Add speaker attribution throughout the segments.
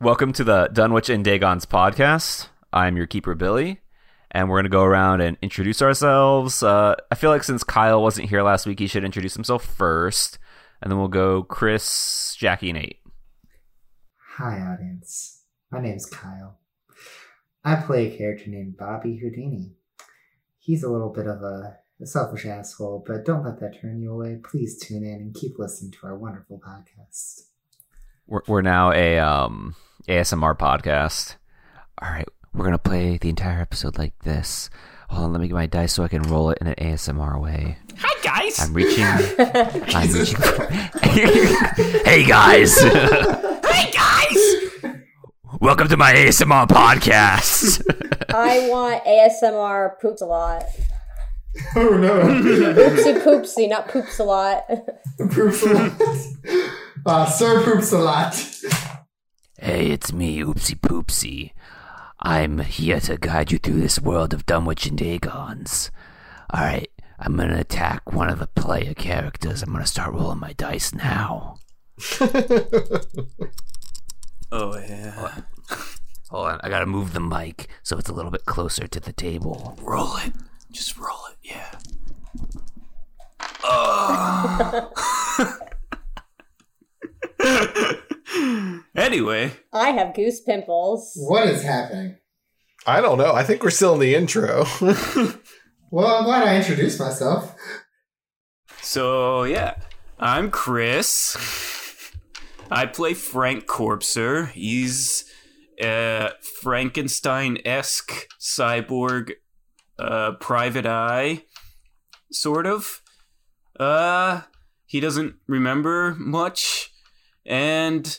Speaker 1: Welcome to the Dunwich and Dagon's podcast. I'm your keeper, Billy, and we're going to go around and introduce ourselves. Uh, I feel like since Kyle wasn't here last week, he should introduce himself first, and then we'll go Chris, Jackie, and Nate.
Speaker 2: Hi, audience. My name's Kyle. I play a character named Bobby Houdini. He's a little bit of a, a selfish asshole, but don't let that turn you away. Please tune in and keep listening to our wonderful podcast.
Speaker 1: We're, we're now a um, ASMR podcast. All right, we're going to play the entire episode like this. Hold on, let me get my dice so I can roll it in an ASMR way.
Speaker 3: Hi guys.
Speaker 1: I'm reaching. I'm reaching. hey guys,
Speaker 3: Hi guys.
Speaker 1: welcome to my ASMR podcast.
Speaker 4: I want ASMR poops a lot.
Speaker 2: Oh no!
Speaker 4: Poopsie poopsie, not poops a lot.
Speaker 2: Poops a lot. Uh, sir poops a lot.
Speaker 1: Hey, it's me, Oopsie Poopsie. I'm here to guide you through this world of Dunwich and Dagons. Alright, I'm gonna attack one of the player characters. I'm gonna start rolling my dice now.
Speaker 3: Oh yeah.
Speaker 1: Hold on, I gotta move the mic so it's a little bit closer to the table.
Speaker 3: Roll it. Just roll it. Yeah. Oh. anyway,
Speaker 4: I have goose pimples.
Speaker 2: What is happening?
Speaker 5: I don't know. I think we're still in the intro.
Speaker 2: Well, I'm glad I introduced myself.
Speaker 3: so yeah, I'm Chris. I play Frank Corpser. He's a Frankenstein-esque cyborg uh, private eye, sort of. Uh, he doesn't remember much, and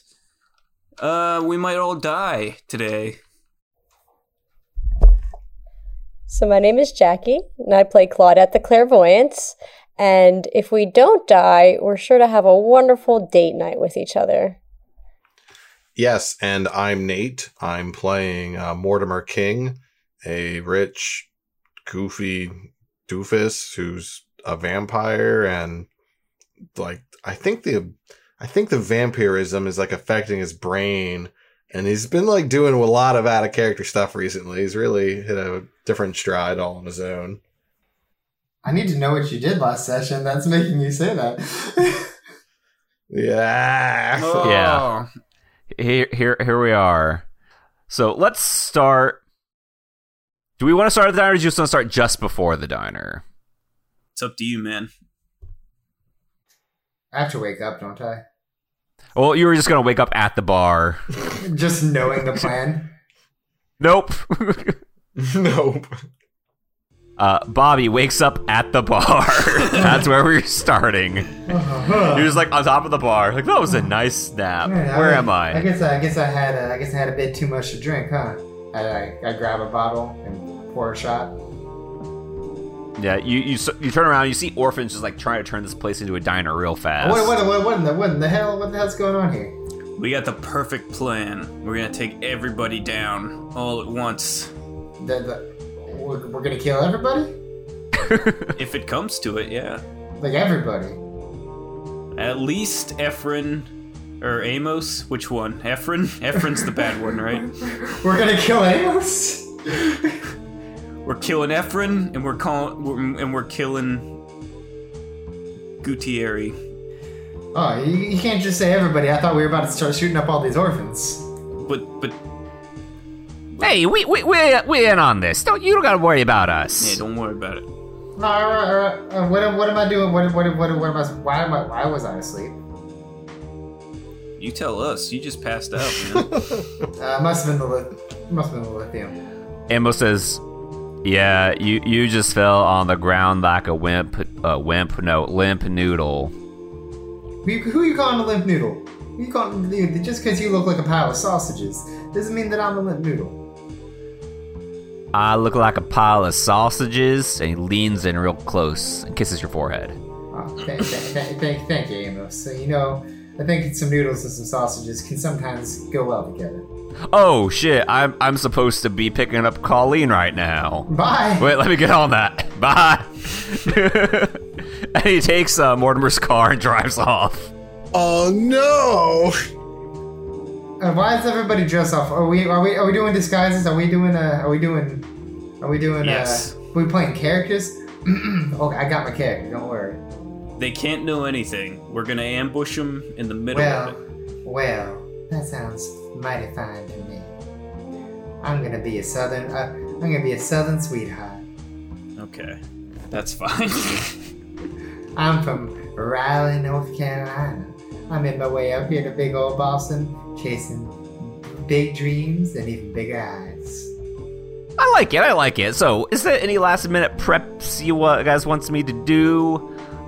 Speaker 3: uh, we might all die today.
Speaker 4: So my name is Jackie, and I play Claudette the Clairvoyant. And if we don't die, we're sure to have a wonderful date night with each other.
Speaker 5: yes, and I'm Nate. I'm playing uh, Mortimer King, a rich, goofy doofus who's a vampire, and like I think the I think the vampirism is like affecting his brain, and he's been like doing a lot of out of character stuff recently. He's really hit a different stride all on his own.
Speaker 2: I need to know what you did last session. That's making you say that.
Speaker 5: Yeah.
Speaker 1: Yeah.
Speaker 3: Oh.
Speaker 1: Here, here, here we are. So let's start. Do we want to start at the diner or do you just want to start just before the diner?
Speaker 3: It's up to you, man.
Speaker 2: I have to wake up, don't I?
Speaker 1: Well, you were just gonna wake up at the bar.
Speaker 2: Just knowing the plan.
Speaker 1: Nope.
Speaker 5: nope.
Speaker 1: Uh, Bobby wakes up at the bar. That's where we're starting. He was like on top of the bar. Like that was a nice snap.
Speaker 2: Uh-huh. Yeah,
Speaker 1: Where
Speaker 2: I-
Speaker 1: am
Speaker 2: I
Speaker 1: I?
Speaker 2: guess I guess I had uh, I guess I had a bit too much to drink, huh? I, I, I grab a bottle and pour a shot.
Speaker 1: Yeah, you you s- you turn around. You see orphans just like trying to turn this place into a diner real fast.
Speaker 2: What, what, what, what in the what in the hell what the hell's going on here?
Speaker 3: We got the perfect plan. We're gonna take everybody down all at once.
Speaker 2: The, the, we're, we're gonna kill everybody,
Speaker 3: if it comes to it, yeah.
Speaker 2: like everybody.
Speaker 3: At least Efren or Amos. Which one? Efren? Efren's the bad one, right?
Speaker 2: We're gonna kill Amos.
Speaker 3: We're killing Efren, and we're calling, we're, and we're killing Gutierrez.
Speaker 2: Oh, you, you can't just say everybody. I thought we were about to start shooting up all these orphans.
Speaker 3: But but
Speaker 1: Hey, we we we we in on this. Don't you don't gotta worry about
Speaker 3: yeah,
Speaker 1: us.
Speaker 3: don't worry about it.
Speaker 2: No, all right, all right, uh, what, am- what am I doing? What, what, what, what am I? Why am I? Why was I asleep?
Speaker 3: You tell us. You just passed out, man.
Speaker 2: Uh, must have been the lith- must have been the lithium.
Speaker 1: Ambo says, "Yeah, you you just fell on the ground like a wimp, uh, wimp, no limp noodle."
Speaker 2: Who, who you calling a limp noodle? Who you calling dude? Just because you look like a pile of sausages doesn't mean that I'm a limp noodle.
Speaker 1: I look like a pile of sausages, and he leans in real close and kisses your forehead.
Speaker 2: Oh, thank, thank, thank, thank, thank you, Amos. So you know, I think some noodles and some sausages can sometimes go well together.
Speaker 1: Oh shit, I'm I'm supposed to be picking up Colleen right now.
Speaker 2: Bye.
Speaker 1: Wait, let me get on that. Bye. and he takes uh, Mortimer's car and drives off.
Speaker 5: Oh no.
Speaker 2: Uh, why is everybody dressed up? Are we are we are we doing disguises? Are we doing uh are we doing are we doing
Speaker 3: Yes.
Speaker 2: uh we playing characters? okay, I got my character, don't worry.
Speaker 3: They can't know anything. We're gonna ambush them in the middle
Speaker 2: Well
Speaker 3: of it.
Speaker 2: well, that sounds mighty fine to me. I'm gonna be a southern uh, I'm gonna be a southern sweetheart.
Speaker 3: Okay, that's fine.
Speaker 2: I'm from Raleigh, North Carolina. I made my way up here to big old Boston, chasing big dreams and even bigger eyes.
Speaker 1: I like it. I like it. So, is there any last minute preps you uh, guys wants me to do?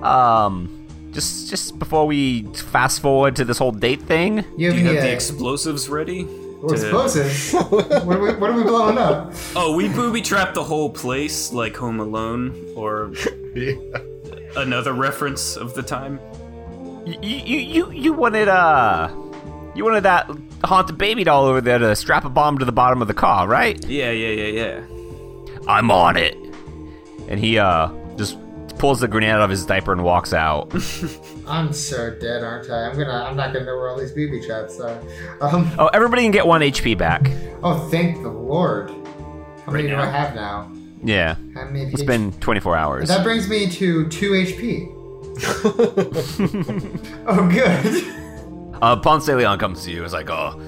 Speaker 1: Um, just just before we fast forward to this whole date thing.
Speaker 2: You
Speaker 3: Do
Speaker 2: have
Speaker 3: you have
Speaker 2: any
Speaker 3: the
Speaker 2: uh,
Speaker 3: explosives ready?
Speaker 2: Well, explosives? what, are we, what are we blowing up?
Speaker 3: Oh, we booby trap the whole place like Home Alone or another reference of the time.
Speaker 1: You you you, you wanted uh, you wanted that haunted baby doll over there to strap a bomb to the bottom of the car, right?
Speaker 3: Yeah, yeah, yeah, yeah.
Speaker 1: I'm on it. And he uh just pulls the grenade out of his diaper and walks out.
Speaker 2: I'm so dead, aren't I? I'm gonna. I'm not gonna know where all these booby traps are. Um.
Speaker 1: oh, everybody can get one HP back.
Speaker 2: Oh, thank the Lord. How many
Speaker 3: Right
Speaker 2: do I
Speaker 3: now?
Speaker 2: have now?
Speaker 1: Yeah,
Speaker 2: How many?
Speaker 1: it's
Speaker 2: HP?
Speaker 1: been 24 hours.
Speaker 2: That brings me to two HP. oh, good.
Speaker 1: Uh, Ponce de Leon comes to you. It's like, oh,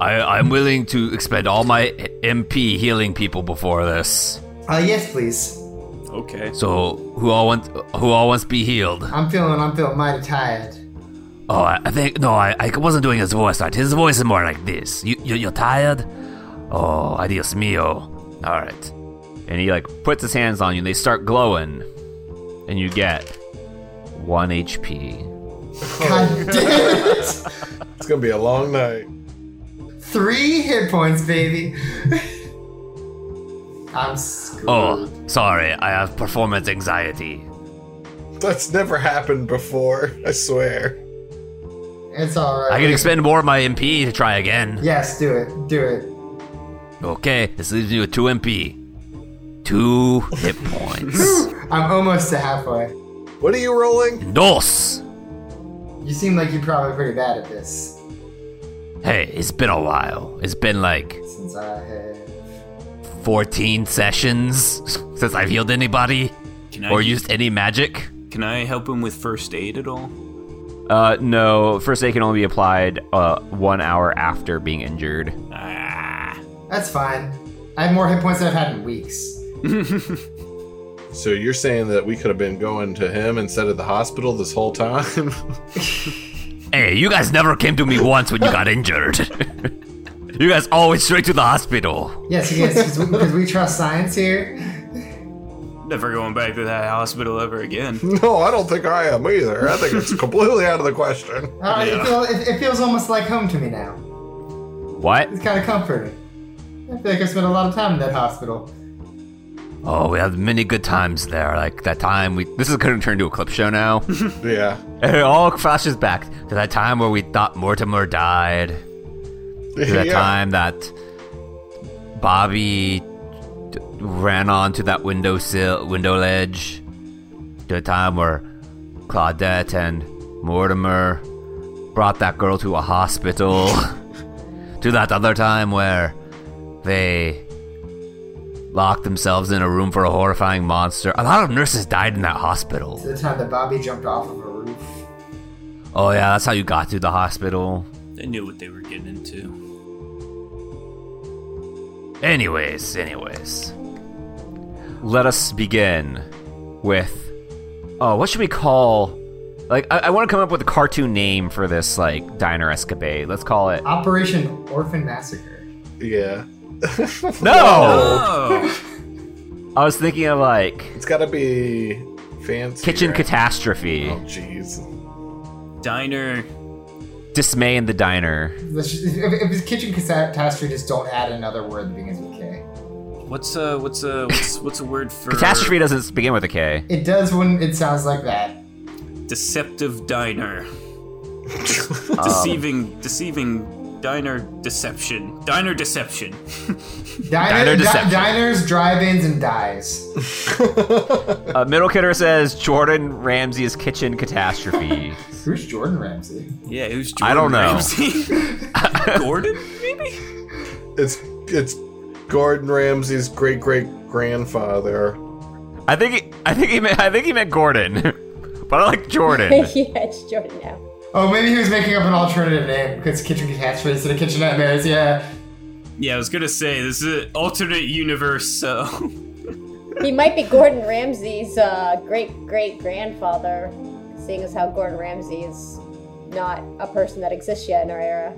Speaker 1: I, I'm willing to expend all my MP healing people before this.
Speaker 2: Uh, yes, please.
Speaker 3: Okay.
Speaker 1: So who all wants who all wants to be healed?
Speaker 2: I'm feeling. I'm feeling mighty tired.
Speaker 1: Oh, I, I think no, I, I wasn't doing his voice right. His voice is more like this. You, you you're tired? Oh, adios mio. All right. And he like puts his hands on you, and they start glowing, and you get one HP. Oh.
Speaker 2: God damn it!
Speaker 5: It's gonna be a long night.
Speaker 2: Three hit points, baby. I'm screwed.
Speaker 1: Oh, sorry, I have performance anxiety.
Speaker 5: That's never happened before. I swear.
Speaker 2: It's all right.
Speaker 1: I can expend more of my MP to try again.
Speaker 2: Yes, do it. Do it.
Speaker 1: Okay, this leaves you with two MP. Two hit points.
Speaker 2: I'm almost to halfway.
Speaker 5: What are you rolling?
Speaker 1: Dos!
Speaker 2: You seem like you're probably pretty bad at this.
Speaker 1: Hey, it's been a while. It's been like
Speaker 2: Since I have.
Speaker 1: 14 sessions since I've healed anybody
Speaker 3: Can I
Speaker 1: or used any magic.
Speaker 3: can I help him with first aid at all?
Speaker 1: Uh, no. First aid can only be applied uh, one hour after being injured.
Speaker 3: Ah.
Speaker 2: That's fine. I have more hit points than I've had in weeks.
Speaker 5: So you're saying that we could have been going to him instead of the hospital this whole time?
Speaker 1: Hey, you guys never came to me once when you got injured. you guys always straight to the hospital.
Speaker 2: Yes, yes, because we, 'cause we trust science here.
Speaker 3: Never going back to that hospital ever again.
Speaker 5: no, I don't think I am either. I think it's completely out of the question.
Speaker 2: Uh, it,
Speaker 3: Yeah.
Speaker 2: feel, it, it feels almost like home to me now.
Speaker 1: What?
Speaker 2: It's kind of comforting. I feel like I spent a lot of time in that hospital.
Speaker 1: Oh, we had many good times there. Like that time we. This is gonna turn into a clip show now.
Speaker 5: Yeah.
Speaker 1: And it all flashes back to that time where we thought Mortimer died. To that
Speaker 5: yeah.
Speaker 1: time that Bobby d- ran onto that window sill, window ledge. To the time where Claudette and Mortimer brought that girl to a hospital. to that other time where they locked themselves in a room for a horrifying monster. A lot of nurses died in that hospital.
Speaker 2: The time that Bobby jumped off of a roof.
Speaker 1: Oh yeah, that's how you got to the hospital.
Speaker 3: They knew what they were getting into.
Speaker 1: Anyways, anyways. Let us begin with Oh, what should we call like I, I want to come up with a cartoon name for this like diner escapade. Let's call it
Speaker 2: Operation Orphan Massacre.
Speaker 5: Yeah.
Speaker 1: No!
Speaker 3: Oh,
Speaker 1: I was thinking of like
Speaker 5: It's gotta be fancy.
Speaker 1: Kitchen
Speaker 5: right?
Speaker 1: Catastrophe.
Speaker 5: Oh, jeez.
Speaker 3: diner.
Speaker 1: Dismay in the diner.
Speaker 2: Let's just- If, if it's kitchen catastrophe, just don't add another word that begins with K.
Speaker 3: What's a what's a what's, what's a word for
Speaker 1: Catastrophe doesn't begin with a K.
Speaker 2: It does when it sounds like that.
Speaker 3: Deceptive diner. Deceiving deceiving Diner deception. Diner deception.
Speaker 1: Diner
Speaker 2: Diner,
Speaker 1: deception.
Speaker 2: di- diners, drive-ins, and dies.
Speaker 1: Uh, Middle Kidder says Jordan Ramsey's kitchen catastrophe.
Speaker 2: Who's Jordan Ramsay?
Speaker 3: Yeah, who's Jordan
Speaker 1: I don't know.
Speaker 3: Ramsay? Gordon, maybe?
Speaker 5: it's it's Gordon Ramsay's great great grandfather.
Speaker 1: I think he, I think he meant I think he meant Gordon, but I like Jordan.
Speaker 4: yeah, it's Jordan now.
Speaker 2: Oh, maybe he was making up an alternative name because kitchen catastrophe instead of kitchen nightmares. Yeah,
Speaker 3: Yeah, I was gonna say this is an alternate universe, so
Speaker 4: He might be Gordon Ramsay's uh, great great grandfather, seeing as how Gordon Ramsay is not a person that exists yet in our era.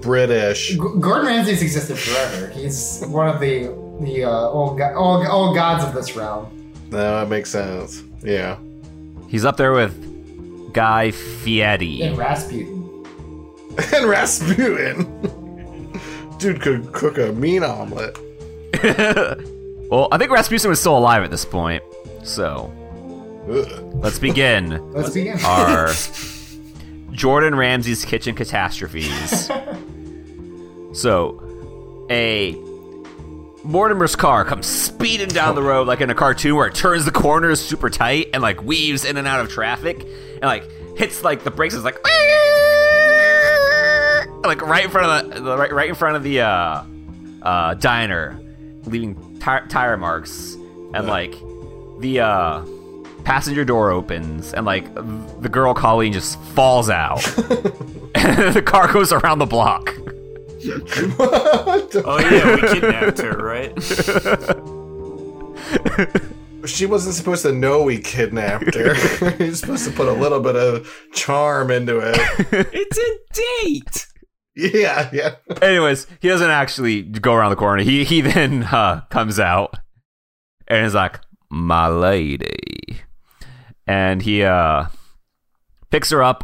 Speaker 5: British.
Speaker 2: G- Gordon Ramsay's existed forever. He's one of the the uh, old, go- old old gods of this realm.
Speaker 5: No, that makes sense. Yeah.
Speaker 1: He's up there with Guy Fieri.
Speaker 2: And Rasputin.
Speaker 5: And Rasputin. Dude could cook a mean omelet.
Speaker 1: well, I think Rasputin was still alive at this point. So
Speaker 5: Ugh.
Speaker 1: let's begin
Speaker 2: Let's begin.
Speaker 1: our Jordan Ramsey's kitchen catastrophes. so, a Mortimer's car comes speeding down the road like in a cartoon where it turns the corners super tight and like weaves in and out of traffic and like hits like the brakes is like like right in front of the, the right, right in front of the uh uh diner leaving tire, tire marks and like the uh passenger door opens and like the girl Colleen just falls out and the car goes around the block
Speaker 5: What the-
Speaker 3: oh yeah, we kidnapped her, right?
Speaker 5: she wasn't supposed to know we kidnapped her. You're supposed to put a little bit of charm into it.
Speaker 3: It's a date.
Speaker 5: Yeah, yeah.
Speaker 1: Anyways, he doesn't actually go around the corner. He he then uh, comes out and is like, "My lady," and he uh picks her up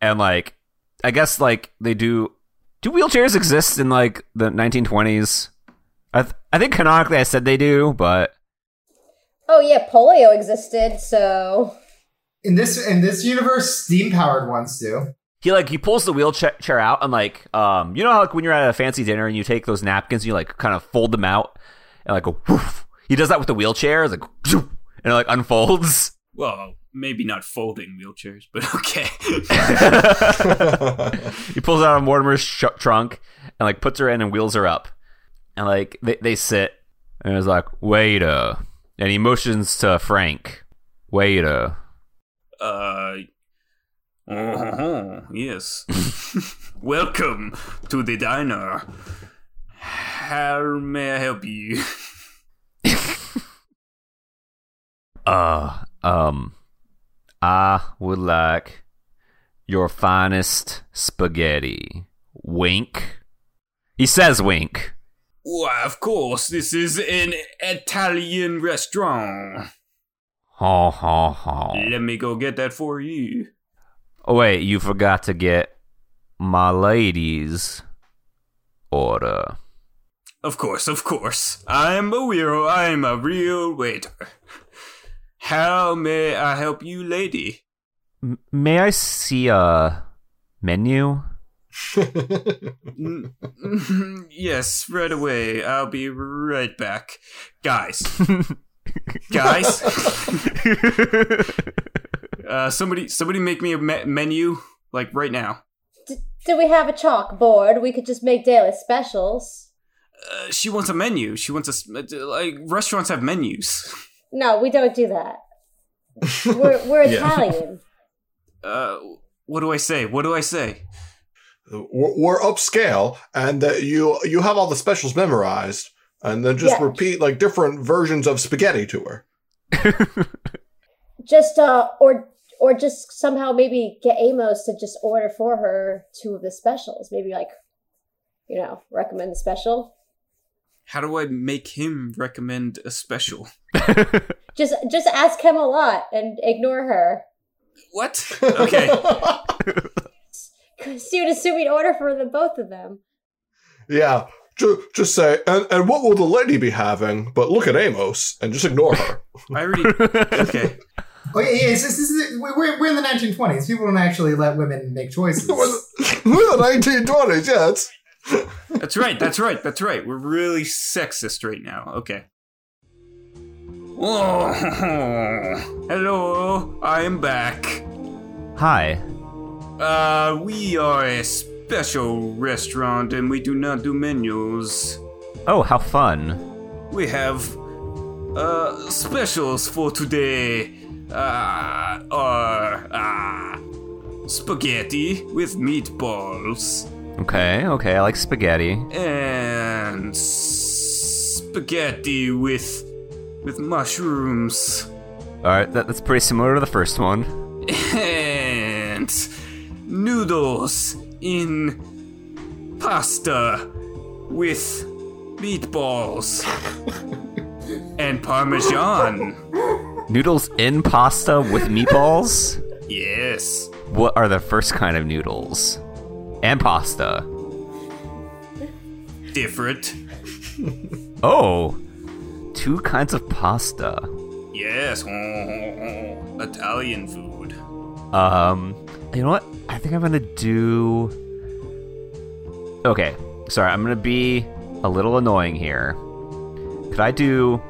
Speaker 1: and like, I guess like they do. Do wheelchairs exist in like the 1920s? I th- I think canonically I said they do, but
Speaker 4: Oh yeah, polio existed, so
Speaker 2: In this in this universe, steam powered ones do.
Speaker 1: he like he pulls the wheelchair chair out and like um you know how like when you're at a fancy dinner and you take those napkins and you like kind of fold them out and like go woof. He does that with the wheelchair. It's like zoop, and it like unfolds.
Speaker 3: Well, maybe not folding wheelchairs, but okay.
Speaker 1: he pulls out a Mortimer's sh- trunk and like puts her in and wheels her up. And like they, they sit and it's like waiter, and he motions to Frank, waiter,
Speaker 3: uh, uh-huh, yes. Welcome to the diner. How may I help you?
Speaker 1: uh um, I would like your finest spaghetti. Wink. He says wink.
Speaker 3: Why, of course, this is an Italian restaurant.
Speaker 1: Ha ha ha.
Speaker 3: Let me go get that for you.
Speaker 1: Oh wait, you forgot to get my lady's order.
Speaker 3: Of course, of course. I'm a weirdo. I'm a real waiter. How may I help you, lady?
Speaker 1: M- may I see a menu?
Speaker 3: N- yes, right away. I'll be right back. Guys. Guys. uh, somebody somebody make me a me- menu like right now.
Speaker 4: d- do we have a chalkboard? We could just make daily specials.
Speaker 3: Uh, she wants a menu. She wants a s- uh, like restaurants have menus.
Speaker 4: No, we don't do that. We're, we're
Speaker 5: Yeah.
Speaker 4: Italian.
Speaker 3: Uh, what do I say? What do I say?
Speaker 5: we're, we're upscale and that you you have all the specials memorized and then just
Speaker 4: Yeah.
Speaker 5: repeat like different versions of spaghetti to her
Speaker 4: Just uh, or or just somehow maybe get Amos to just order for her two of the specials. Maybe like, you know, recommend the special.
Speaker 3: How do I make him recommend a special?
Speaker 4: Just just ask him a lot and ignore her.
Speaker 3: What? Okay.
Speaker 4: Because you would assume he'd order for the both of them.
Speaker 5: yeah just, just say and, and what will the lady be having but look at amos and just ignore her
Speaker 3: I already. Okay.
Speaker 2: Oh yeah, yeah. It's just, this is, we're, we're in the 1920s. People don't actually let women make choices.
Speaker 5: We're the, we're the 1920s, yeah. It's,
Speaker 3: That's right. That's right. That's right. We're really sexist right now. Okay. Whoa. Hello. I'm back.
Speaker 1: Hi.
Speaker 3: Uh, we are a special restaurant and we do not do menus.
Speaker 1: Oh, how fun.
Speaker 3: We have uh specials for today. Uh, are uh, spaghetti with meatballs
Speaker 1: Okay, okay, I like spaghetti.
Speaker 3: and spaghetti with with mushrooms
Speaker 1: All right, that, that's pretty similar to the first one.
Speaker 3: and noodles in pasta with meatballs and parmesan.
Speaker 1: Noodles in pasta with meatballs?
Speaker 3: Yes.
Speaker 1: What are the first kind of noodles? And pasta.
Speaker 3: Different.
Speaker 1: Oh, two kinds of pasta.
Speaker 3: Yes. Italian food.
Speaker 1: Um, you know what? I think I'm gonna do. Okay, sorry. I'm gonna be a little annoying here. Could I do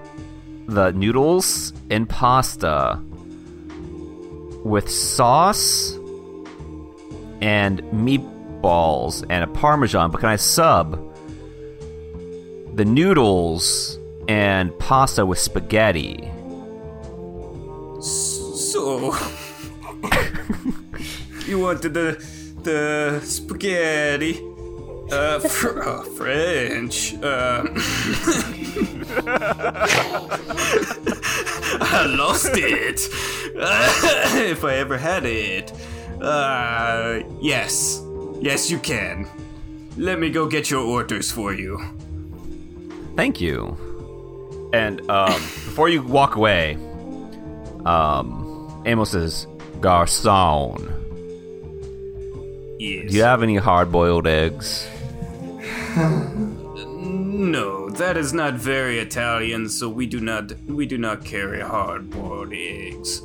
Speaker 1: the noodles and pasta with sauce and meatballs and a parmesan? But can I sub the noodles and pasta with spaghetti?
Speaker 3: So you wanted the the spaghetti uh, fr- uh French uh I lost it if I ever had it uh yes yes you can let me go get your orders for you
Speaker 1: Thank you. And um, before you walk away, um, Amos says, Garcon,
Speaker 3: yes
Speaker 1: do you have any hard boiled eggs?
Speaker 3: No, that is not very Italian, so we do not we do not carry hard-boiled eggs.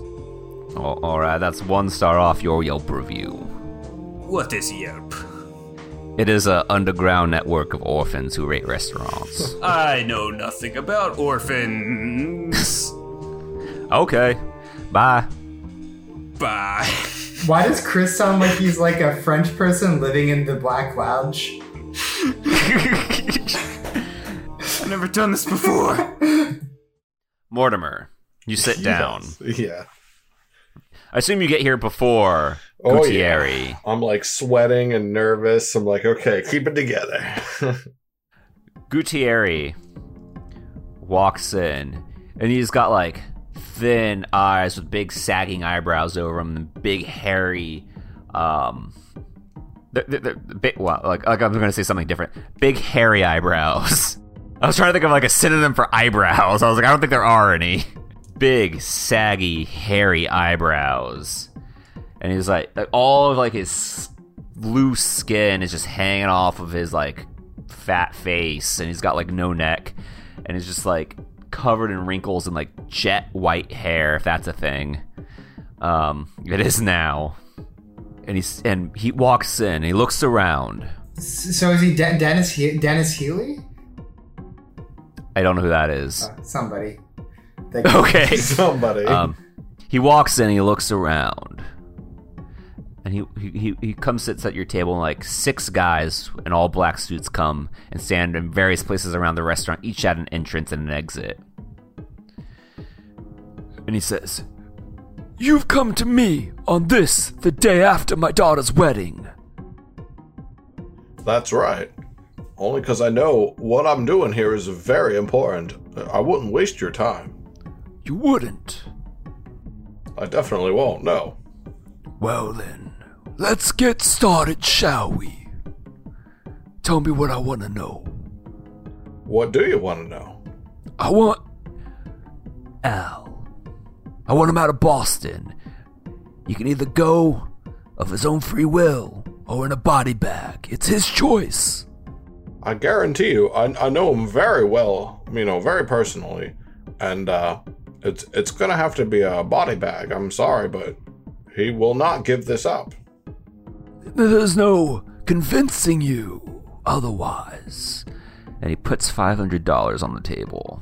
Speaker 1: Oh, Alright, that's one star off your Yelp review.
Speaker 3: What is Yelp?
Speaker 1: It is a underground network of orphans who rate restaurants.
Speaker 3: I know nothing about orphans.
Speaker 1: okay, bye.
Speaker 3: Bye.
Speaker 2: Why does Chris sound like he's like a French person living in the Black Lounge?
Speaker 3: I've never done this before.
Speaker 1: Mortimer, you sit down.
Speaker 5: yeah.
Speaker 1: I assume you get here before
Speaker 5: Oh,
Speaker 1: Gutierrez.
Speaker 5: I'm like sweating and nervous. I'm like, okay, keep it together.
Speaker 1: Gutierrez walks in, and he's got like thin eyes with big sagging eyebrows over him, and big hairy, um, they're, they're, they're big, well, like, like I'm gonna say something different. Big hairy eyebrows. I was trying to think of like a synonym for eyebrows. I was like, I don't think there are any. Big, saggy, hairy eyebrows, and he's like, like all of like his loose skin is just hanging off of his like fat face and he's got like no neck and he's just like covered in wrinkles and like jet white hair if that's a thing um it is now and he's and he walks in he looks around
Speaker 2: S- So is he De- Dennis he- Dennis Healy?
Speaker 1: i don't know who that is
Speaker 2: Uh, somebody. That-
Speaker 1: okay
Speaker 5: Somebody.
Speaker 1: um he walks in he looks around and he, he he- he comes sits at your table and like six guys in all black suits come and stand in various places around the restaurant each at an entrance and an exit and he says
Speaker 6: You've come to me on this, the day after my daughter's wedding.
Speaker 5: That's right. Only because I know what I'm doing here is very important. I wouldn't waste your time.
Speaker 6: You wouldn't.
Speaker 5: I definitely won't, no.
Speaker 6: Well then, let's get started, shall we? Tell me what I want to know.
Speaker 5: What do you want to know?
Speaker 6: I want Al. I want him out of Boston. He can either go of his own free will or in a body bag. It's his choice.
Speaker 5: I guarantee you, I, I know him very well, you know, very personally. And uh, It's it's gonna have to be a body bag. I'm sorry, but he will not give this up.
Speaker 6: There's no convincing you otherwise.
Speaker 1: And he puts five hundred dollars on the table.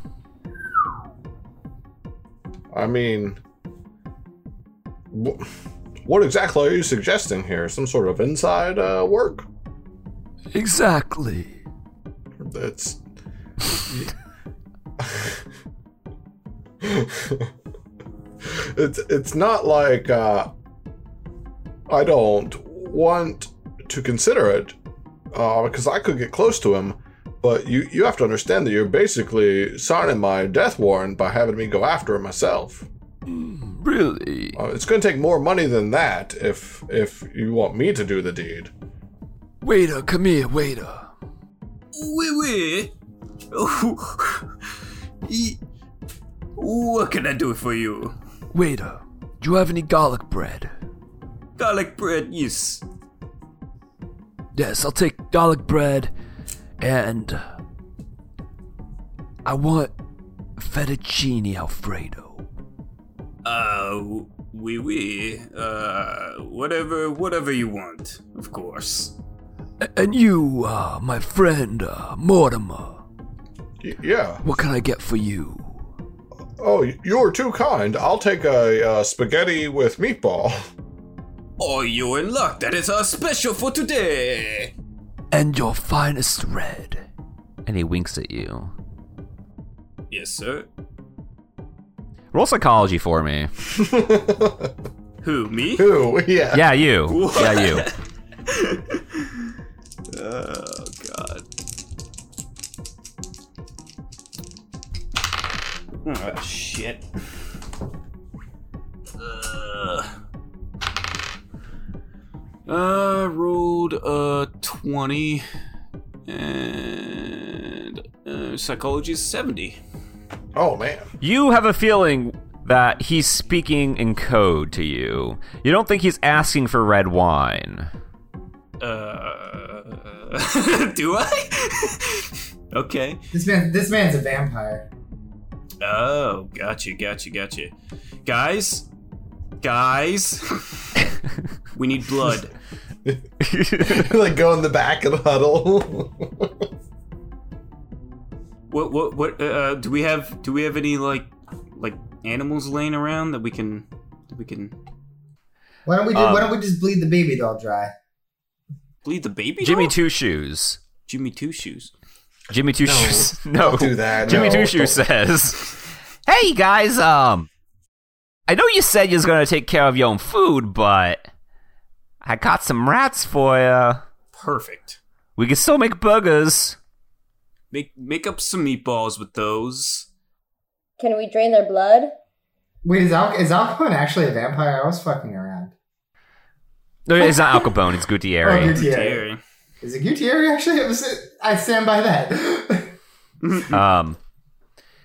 Speaker 5: I mean, wh- what exactly are you suggesting here? Some sort of inside uh, work?
Speaker 6: Exactly.
Speaker 5: That's. it's it's not like uh, I don't want to consider it uh, because I could get close to him, but you you have to understand that you're basically signing my death warrant by having me go after him myself.
Speaker 6: Really?
Speaker 5: Uh, it's going to take more money than that if if you want me to do the deed.
Speaker 6: Waiter, come here, waiter.
Speaker 3: Wait, wait. Ye- what can I do for you?
Speaker 6: Waiter, do you have any garlic bread?
Speaker 3: Garlic bread, yes.
Speaker 6: Yes, I'll take garlic bread and I want fettuccine alfredo.
Speaker 3: Uh, we we uh whatever whatever you want, of course.
Speaker 6: A- And you, uh, my friend uh, Mortimer,
Speaker 5: Y- yeah.
Speaker 6: what can I get for you?
Speaker 5: Oh, you're too kind. I'll take a, uh spaghetti with meatball.
Speaker 3: Oh, you're in luck. That is our special for today.
Speaker 6: And your finest red.
Speaker 1: And he winks at you.
Speaker 3: Yes, sir.
Speaker 1: Roll psychology for me.
Speaker 3: Who me?
Speaker 5: Who? Yeah.
Speaker 1: Yeah, you. Yeah, you.
Speaker 3: Oh God. Oh shit. Uh, I uh, rolled a twenty, and uh, psychology is seventy.
Speaker 5: Oh man.
Speaker 1: You have a feeling that he's speaking in code to you. You don't think he's asking for red wine.
Speaker 3: Uh, do I? okay.
Speaker 2: This man, this man's a vampire.
Speaker 3: Oh, gotcha, gotcha, gotcha. Guys, guys, we need blood.
Speaker 5: like go in the back of the huddle.
Speaker 3: What, what, what? Uh, do we have? Do we have any like, like animals laying around that we can, that we can
Speaker 2: Why don't we? Do,
Speaker 1: Um,
Speaker 2: why don't we just bleed the baby doll dry?
Speaker 3: bleed the baby?
Speaker 1: Jimmy
Speaker 3: doll?
Speaker 1: Two Shoes.
Speaker 3: Jimmy Two Shoes.
Speaker 1: Jimmy Two
Speaker 5: No,
Speaker 1: Shoes. No.
Speaker 5: don't do that,
Speaker 1: Jimmy
Speaker 5: no,
Speaker 1: Two Shoes
Speaker 5: don't.
Speaker 1: says, "Hey guys, um, I know you said you was gonna take care of your own food, but I got some rats for ya.
Speaker 3: Perfect.
Speaker 1: We can still make burgers.
Speaker 3: Make make up some meatballs with those.
Speaker 4: Can we drain their blood?
Speaker 2: Wait, is Al is Alcon actually a vampire? I was fucking around.
Speaker 1: No, it's not Al Capone. It's Gutierrez.
Speaker 2: Oh, Gutierrez.
Speaker 3: Dairy.
Speaker 2: Is it Gutierrez actually? It was- I stand by that.
Speaker 1: um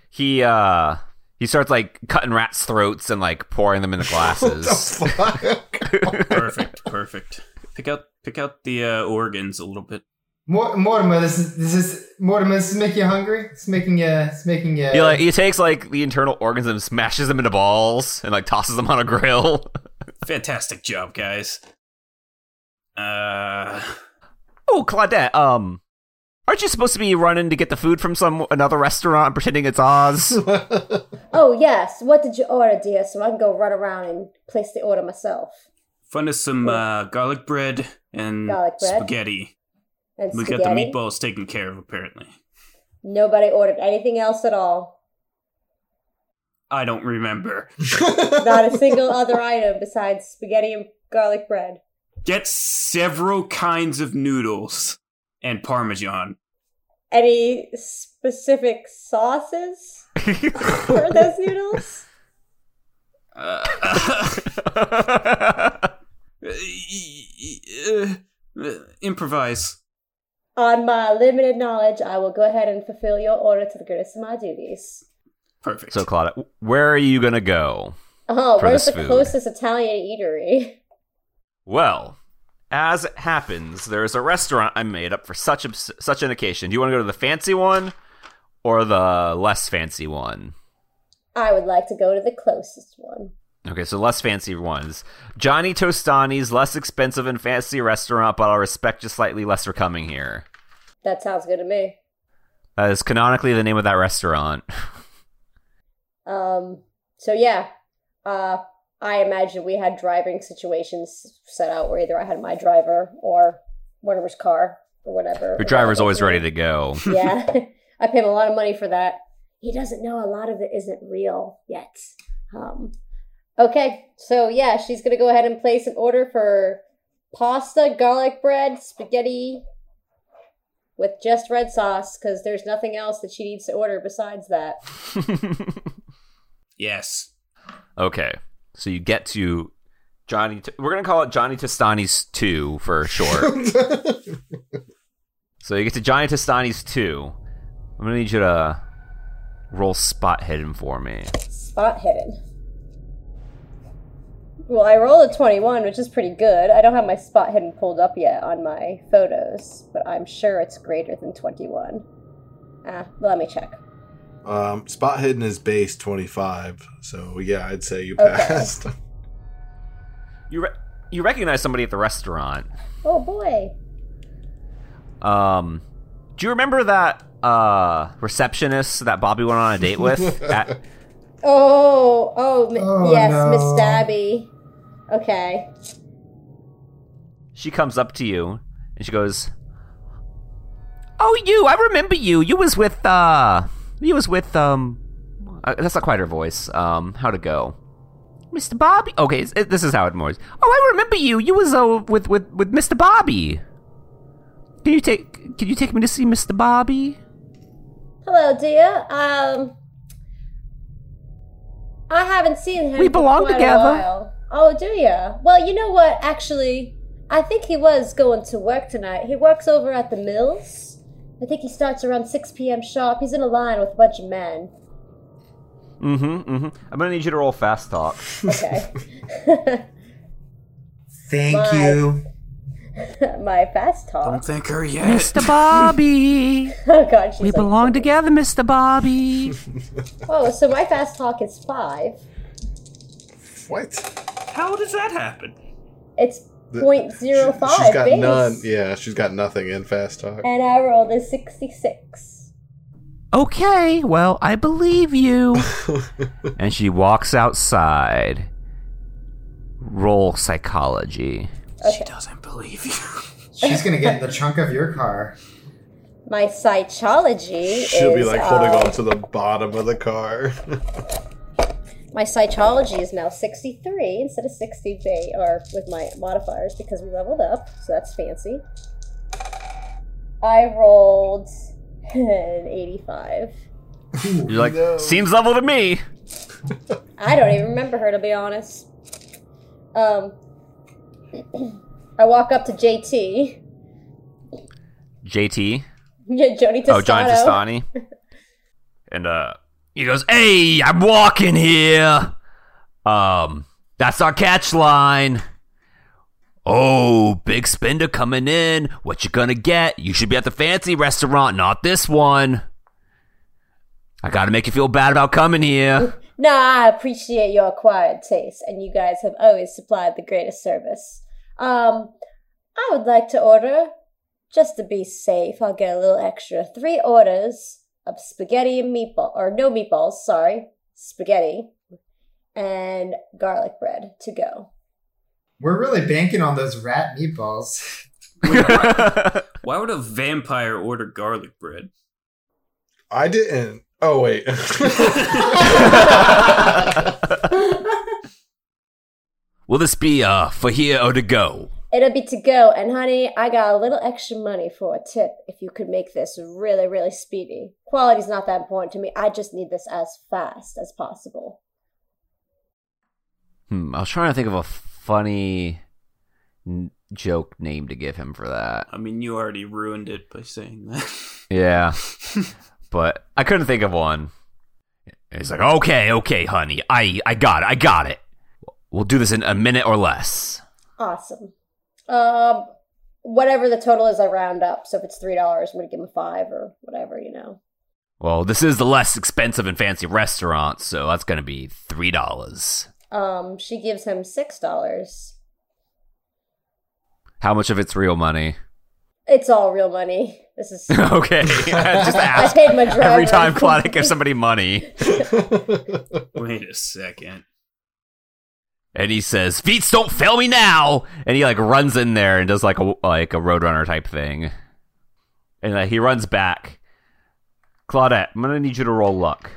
Speaker 1: he uh he starts like cutting rats throats and like pouring them into glasses
Speaker 3: Perfect. Perfect. Pick out pick out the uh, organs a little bit.
Speaker 2: Mor- Mortimer, this is this is Mortimer. This is making you hungry. It's making you. It's making you.
Speaker 1: he like he takes like the internal organs and smashes them into balls and like tosses them on a grill
Speaker 3: Fantastic job, guys. Uh,
Speaker 1: oh claudette um aren't you supposed to be running to get the food from some another restaurant and pretending it's oz
Speaker 4: Oh, yes. What did you order, dear? So I can go run around and place the order myself.
Speaker 3: find us some uh, garlic bread and
Speaker 4: Garlic bread.
Speaker 3: spaghetti.
Speaker 4: And
Speaker 3: We got
Speaker 4: spaghetti.
Speaker 3: the meatballs taken care of, apparently.
Speaker 4: Nobody ordered anything else at all.
Speaker 3: I don't remember.
Speaker 4: Not a single other item besides spaghetti and garlic bread.
Speaker 3: Get several kinds of noodles and parmesan.
Speaker 4: Any specific sauces for those noodles?
Speaker 3: Uh, uh, improvise.
Speaker 4: On my limited knowledge, I will go ahead and fulfill your order to the greatest of my duties.
Speaker 3: Perfect.
Speaker 1: so claudette where are you gonna go
Speaker 4: Oh,
Speaker 1: For
Speaker 4: where's the
Speaker 1: this food.
Speaker 4: closest Italian eatery?
Speaker 1: well as it happens there is a restaurant i made up for such a, such an occasion do you want to go to the fancy one or the less fancy one
Speaker 4: I would like to go to the closest one.
Speaker 1: Okay, so less fancy ones. Johnny Tostani's less expensive and fancy restaurant, but I'll respect you slightly less for coming here.
Speaker 4: That sounds good to me.
Speaker 1: That is canonically the name of that restaurant.
Speaker 4: Um, so yeah, uh, I imagine we had driving situations set out where either I had my driver or whatever's car or whatever.
Speaker 1: Your driver's always ready to go.
Speaker 4: yeah, I pay him a lot of money for that. He doesn't know a lot of it isn't real yet. Um, okay, so yeah, she's gonna go ahead and place an order for pasta, garlic bread, spaghetti with just red sauce because there's nothing else that she needs to order besides that.
Speaker 3: Yes.
Speaker 1: Okay, so you get to Johnny. T- We're gonna call it Johnny Tostani's two for short. so you get to Johnny Tostani's two. I'm gonna need you to roll spot hidden for me.
Speaker 4: Spot hidden. Well, I rolled a 21, which is pretty good. I don't have my spot hidden pulled up yet on my photos, but I'm sure it's greater than 21. Ah, let me check.
Speaker 5: Um, spot hidden is base 25. So, yeah, I'd say you
Speaker 4: Okay.
Speaker 5: passed.
Speaker 1: You re- you recognize somebody at the restaurant.
Speaker 4: Oh boy.
Speaker 1: Um, do you remember that uh receptionist that Bobby went on a date with? at,
Speaker 4: Oh, oh, m-
Speaker 2: Oh,
Speaker 4: yes,
Speaker 2: no.
Speaker 4: Miss Stabby. Okay.
Speaker 1: she comes up to you and she goes, "Oh, you! I remember you. You was with uh, you was with um, uh, that's not quite her voice. Um, how to go." Mr. Bobby. Okay, it's- it, this is how it moves. Oh, I remember you. You was uh, with with with Mr. Bobby. Can you take Can you take me to see Mr. Bobby?
Speaker 4: Hello, dear. Um, I haven't seen him.
Speaker 1: We
Speaker 4: for
Speaker 1: belong
Speaker 4: quite a
Speaker 1: together.
Speaker 4: while. Oh, do ya? Well, you know what? Actually, I think he was going to work tonight. He works over at the mills. I think he starts around 6 p.m. sharp. He's in a line with a bunch of men.
Speaker 1: Mm-hmm. Mm-hmm. I'm gonna need you to roll fast talk.
Speaker 4: Okay.
Speaker 2: Thank
Speaker 4: Bye.
Speaker 2: you.
Speaker 4: My fast
Speaker 3: Don't
Speaker 4: talk.
Speaker 3: thank her yet.
Speaker 1: Bobby.
Speaker 4: Oh, God, she's like-
Speaker 1: together, Mr. Bobby.
Speaker 4: Oh, so my fast talk is five.
Speaker 5: what?
Speaker 3: How does that happen?
Speaker 4: It's
Speaker 5: The-
Speaker 4: point zero
Speaker 5: She-
Speaker 4: five.
Speaker 5: she's got
Speaker 4: base.
Speaker 5: none. Yeah, she's got nothing in fast talk.
Speaker 4: And I rolled a 66.
Speaker 1: okay, well, I believe you. and she walks outside. Roll psychology.
Speaker 3: She doesn't believe you.
Speaker 2: She's gonna get in the trunk of your car.
Speaker 4: My psychology
Speaker 5: She'll
Speaker 4: is
Speaker 5: be like holding
Speaker 4: uh,
Speaker 5: on to the bottom of the car.
Speaker 4: My psychology is now 63 instead of 60 J or with my modifiers because we leveled up, so that's fancy. I rolled an 85.
Speaker 1: You're like,
Speaker 5: No.
Speaker 1: seems level to me.
Speaker 4: I don't even remember her to be honest. Um I walk up to JT.
Speaker 1: JT.
Speaker 4: Yeah, Joni Tostano.
Speaker 1: Oh, John Tostani. and uh he goes, Hey, I'm walking here. Um, that's our catch line. Oh, big spender coming in. What you gonna get? You should be at the fancy restaurant, not this one. I gotta make you feel bad about coming here.
Speaker 4: No, I appreciate your acquired taste, and you guys have always supplied the greatest service. Um, I would like to order, just to be safe, I'll get a little extra. Three orders of spaghetti and meatball, or no meatballs, sorry, spaghetti and garlic bread to go.
Speaker 2: We're really banking on those rat meatballs.
Speaker 3: Why would a vampire order garlic bread?
Speaker 5: I didn't. Oh, wait.
Speaker 6: Will this be uh for here or to go?
Speaker 4: It'll be to go, and honey, I got a little extra money for a tip if you could make this really, really speedy. Quality's not that important to me. I just need this as fast as possible.
Speaker 1: hmm, I was trying to think of a funny n- joke name to give him for that.
Speaker 3: I mean, you already ruined it by saying that.
Speaker 1: Yeah. but I couldn't think of one.
Speaker 6: And he's like, okay, okay, honey, I I got it, I got it.
Speaker 1: We'll do this in a minute or less.
Speaker 4: Awesome. Um, whatever the total is, I round up. So if it's three dollars, I'm gonna give him five or whatever, you know.
Speaker 1: Well, this is the less expensive and fancy restaurant, so that's going to be $3.
Speaker 4: Um, she gives him six dollars.
Speaker 1: How much of it's real money?
Speaker 4: It's all real money. This is
Speaker 1: okay. Just
Speaker 4: I
Speaker 1: ask.
Speaker 4: paid my driver.
Speaker 1: Every time Claudia gives somebody money,
Speaker 3: Wait a second.
Speaker 1: and he says, "Feats don't fail me now," and he like runs in there and does like a like a roadrunner type thing, and uh, he runs back. Claudette, I'm gonna need you to roll luck.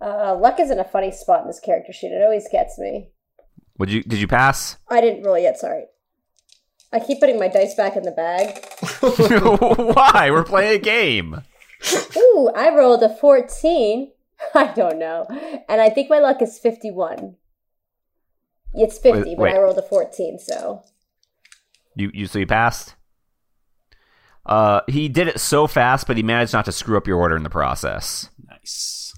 Speaker 4: Uh, luck isn't a funny spot in this character sheet. It always gets me.
Speaker 1: Would you? Did you pass?
Speaker 4: I didn't roll yet. Sorry. I keep putting my dice back in the bag.
Speaker 1: Why? We're playing a game.
Speaker 4: Ooh, I rolled a fourteen. I don't know, and I think my luck is fifty-one. It's fifty,
Speaker 1: Wait,
Speaker 4: but
Speaker 1: wait.
Speaker 4: I rolled a fourteen, so
Speaker 1: You you so you passed. Uh, he did it so fast, but he managed not to screw up your order in the process.
Speaker 3: Nice.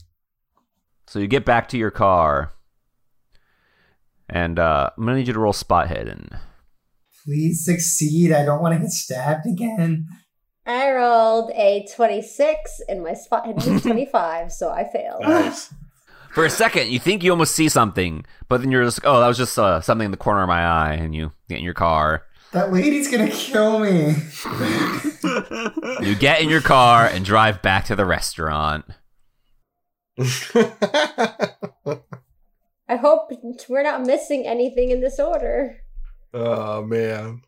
Speaker 1: So you get back to your car, and uh, I'm gonna need you to roll spot hidden.
Speaker 2: Please succeed. I don't want to get stabbed again.
Speaker 4: I rolled a twenty-six, and my spot hidden was twenty-five, so I failed.
Speaker 5: nice.
Speaker 1: For a second, you think you almost see something, but then you're just, oh, that was just uh, something in the corner of my eye, and you get in your car.
Speaker 2: That lady's gonna kill me.
Speaker 1: You get in your car and drive back to the restaurant.
Speaker 4: I hope we're not missing anything in this order.
Speaker 5: oh man.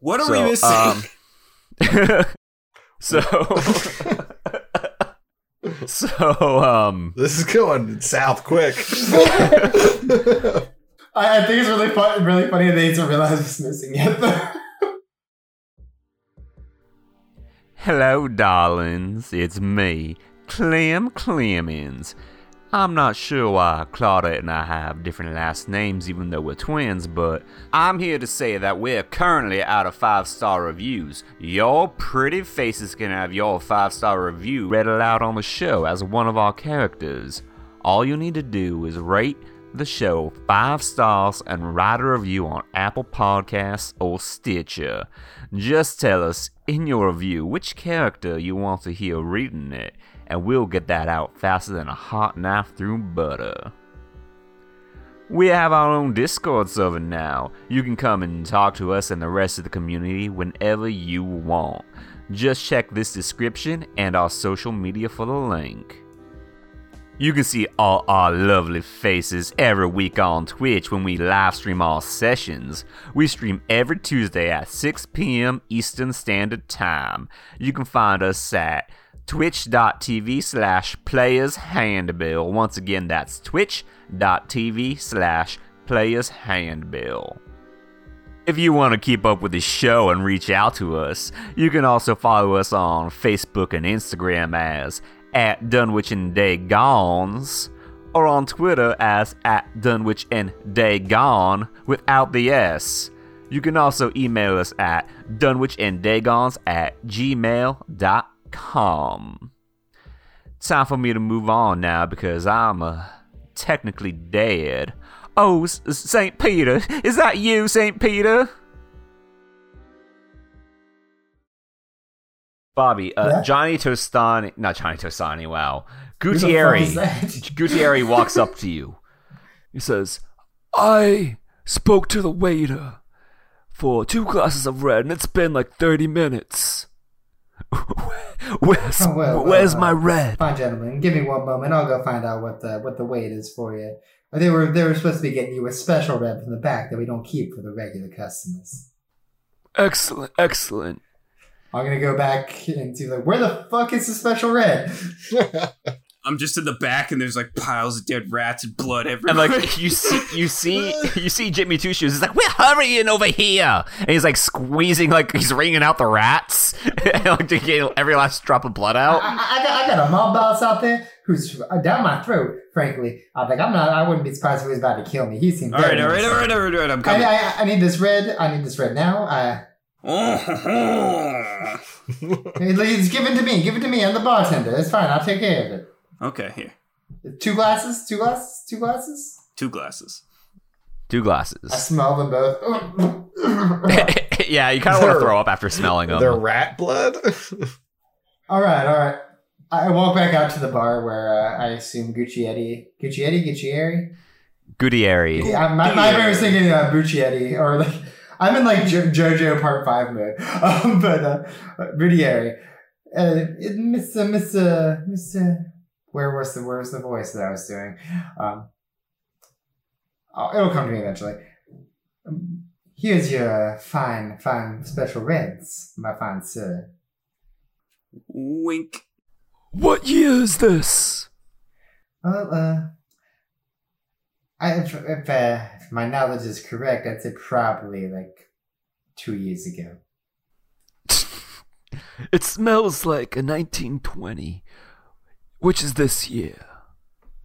Speaker 3: What are
Speaker 1: So,
Speaker 3: we missing?
Speaker 1: um, so, so, um,
Speaker 5: This is going south quick.
Speaker 2: I, I think it's really fun, really funny that they don't realize it's missing yet. Though.
Speaker 1: Hello, darlings. It's me, Clem Clemens. I'm not sure why Claudia and I have different last names, even though we're twins, but I'm here to say that we're currently out of five star reviews. Your pretty faces can have your five star review read aloud on the show as one of our characters. All you need to do is rate the show five stars and write a review on Apple Podcasts or Stitcher. Just tell us in your review which character you want to hear reading it, and we'll get that out faster than a hot knife through butter. We have our own Discord server now. You can come and talk to us and the rest of the community whenever you want. Just check this description and our social media for the link. You can see all our lovely faces every week on Twitch when we live stream our sessions. We stream every Tuesday at 6 p.m. Eastern Standard Time. You can find us at twitch.tv slash players handbill. Once again, that's twitch.tv slash players handbill. If you want to keep up with the show and reach out to us, you can also follow us on Facebook and Instagram as at Dunwich and Day Gone's, or on Twitter as at Dunwich and Day Gone without the S. You can also email us at dunwichanddagons at gmail.com. Time for me to move on now because I'm uh, technically dead. Oh, S- St. Peter, is that you, St. Peter? Bobby, uh,
Speaker 2: Yeah?
Speaker 1: Johnny Tostani, not Johnny Tostani, wow.
Speaker 2: Who the fuck
Speaker 1: Gutierrez,
Speaker 2: is that?
Speaker 1: Gutierrez walks up to you. He says,
Speaker 6: I spoke to the waiter for two glasses of red, and it's been like 30 minutes. Where's,
Speaker 2: Oh, well, well,
Speaker 6: where's
Speaker 2: well.
Speaker 6: my red?
Speaker 2: Fine, gentlemen, give me one moment. I'll go find out what the what the weight is for you. Oh, They were they were supposed to be getting you a special red from the back that we don't keep for the regular customers.
Speaker 6: Excellent, excellent.
Speaker 2: I'm gonna go back and see like where the fuck is the special red?
Speaker 3: I'm just in the back, and there's like piles of dead rats and blood
Speaker 1: and
Speaker 3: everywhere.
Speaker 1: like you see, you see, you see Jimmy Two Shoes. He's like, "We're hurrying over here," and he's like squeezing, like he's wringing out the rats, and, like to get every last drop of blood
Speaker 2: I,
Speaker 1: out.
Speaker 2: I, I got I got a mob boss out there who's down my throat. Frankly, I think I'm not. I wouldn't be surprised if he was about to kill me. He seemed
Speaker 3: all right,
Speaker 2: very
Speaker 3: all right,
Speaker 2: innocent.
Speaker 3: all right, all right, all right. I'm
Speaker 2: I,
Speaker 3: coming.
Speaker 2: I, I need this red. I need this red now. I, it's given to me. Give it to me. I'm the bartender. It's fine. I'll take care of
Speaker 3: Oh, okay, here,
Speaker 2: it. Two glasses. Two glasses. Two glasses.
Speaker 3: two glasses.
Speaker 1: Two
Speaker 2: I
Speaker 1: glasses.
Speaker 2: smell them both.
Speaker 1: yeah, you kind of want to throw up after smelling
Speaker 5: Their
Speaker 1: them.
Speaker 5: rat blood?
Speaker 2: all right. All right. I walk back out to the bar where uh, I assume Guccietti, Guccietti, Guccieri.
Speaker 1: Gutierrez.
Speaker 2: Yeah, my, my brain was thinking uh, Buccietti or like I'm in like jo- JoJo Part Five mode, um, but uh, Buccieri, uh, Mister Mister Mister, uh, where was the where was the voice that I was doing? Um, oh, it'll come to me eventually. Um, Here's your fine, fine special reds, my fine sir.
Speaker 3: Wink.
Speaker 6: What year is this?
Speaker 2: Well, uh, I, if, if, uh, if my knowledge is correct, I'd say probably like two years ago.
Speaker 6: It smells like a 1920, which is this year.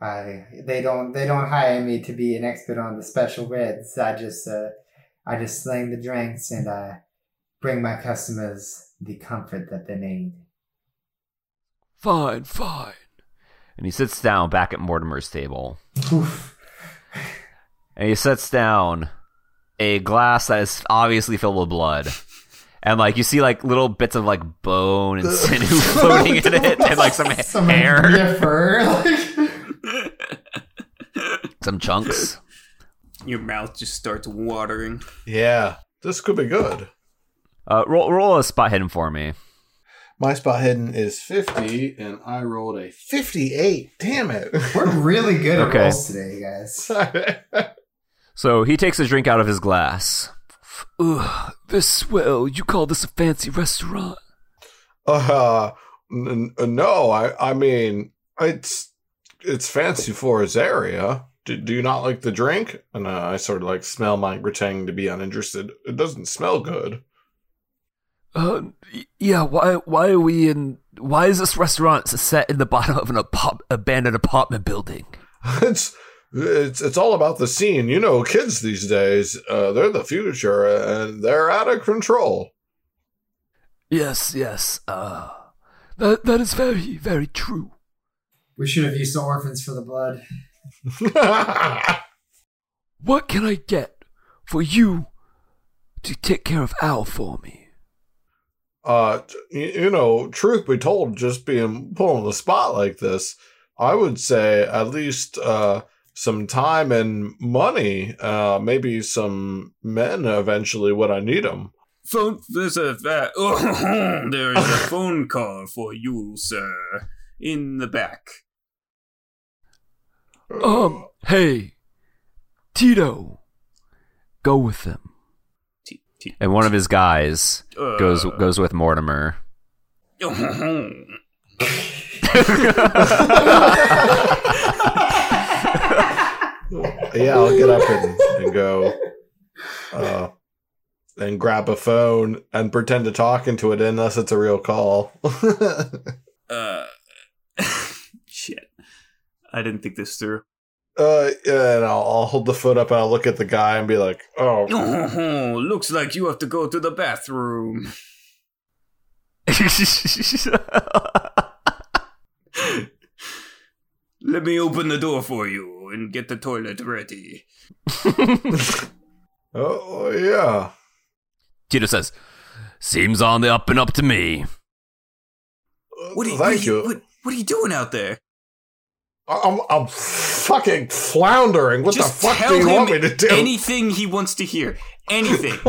Speaker 2: I they don't they don't hire me to be an expert on the special reds. I just uh, I just sling the drinks and I bring my customers the comfort that they need.
Speaker 6: Fine, fine.
Speaker 1: And he sits down back at Mortimer's table.
Speaker 2: Oof.
Speaker 1: And he sets down a glass that is obviously filled with blood. And like you see like little bits of like bone and sinew floating in it and like some,
Speaker 2: Some
Speaker 1: hair.
Speaker 2: yeah, fur, like-
Speaker 1: Some chunks.
Speaker 3: Your mouth just starts watering.
Speaker 5: Yeah, this could be good.
Speaker 1: Uh, roll roll a spot hidden for me.
Speaker 5: My spot hidden is 50, and I rolled a 58. Damn it.
Speaker 2: We're really good at
Speaker 1: Okay.
Speaker 2: rolls today, you guys.
Speaker 1: So he takes a drink out of his glass.
Speaker 6: Ugh, this swell, you call this a fancy restaurant?
Speaker 5: uh, n- n- no, I, I mean, it's it's fancy for his area. Do, do you not like the drink? And uh, I sort of like smell my pretending to be uninterested. It doesn't smell good.
Speaker 6: Uh, y- yeah, why, why are we in, why is this restaurant set in the bottom of an apop- abandoned apartment building?
Speaker 5: it's it's it's all about the scene. You know, kids these days, uh, they're the future, and they're out of control.
Speaker 6: Yes, yes, uh, that, that is very, very true.
Speaker 2: We should have used the orphans for the blood.
Speaker 5: Uh,
Speaker 6: What can I get for you to take care of Al for me?
Speaker 5: uh t- y- you know truth be told just being put on the spot like this i would say at least uh some time and money uh maybe some men eventually when i need them
Speaker 3: Phone. There's a. Uh, there is a phone call for you, sir, in the back.
Speaker 6: Um, hey, Tito, go with them.
Speaker 3: T- t-
Speaker 1: And one of his guys
Speaker 3: uh,
Speaker 1: goes goes with Mortimer.
Speaker 5: yeah i'll get up and, and go uh and grab a phone and pretend to talk into it unless it's a real call
Speaker 3: Uh, shit. I didn't think this through.
Speaker 5: uh and I'll, I'll hold the phone up and i'll look at the guy and be like oh
Speaker 3: Looks like you have to go to the bathroom. Let me open the door for you and get the toilet ready.
Speaker 5: oh yeah
Speaker 1: Tito says, "Seems on the up and up to me."
Speaker 3: What are you,
Speaker 5: Thank
Speaker 3: what are you-
Speaker 5: you.
Speaker 3: What, what are you doing out there?
Speaker 5: I'm, I'm fucking floundering. What
Speaker 3: Just
Speaker 5: the fuck
Speaker 3: tell
Speaker 5: do you
Speaker 3: him
Speaker 5: want me to do?
Speaker 3: anything he wants to hear. Anything.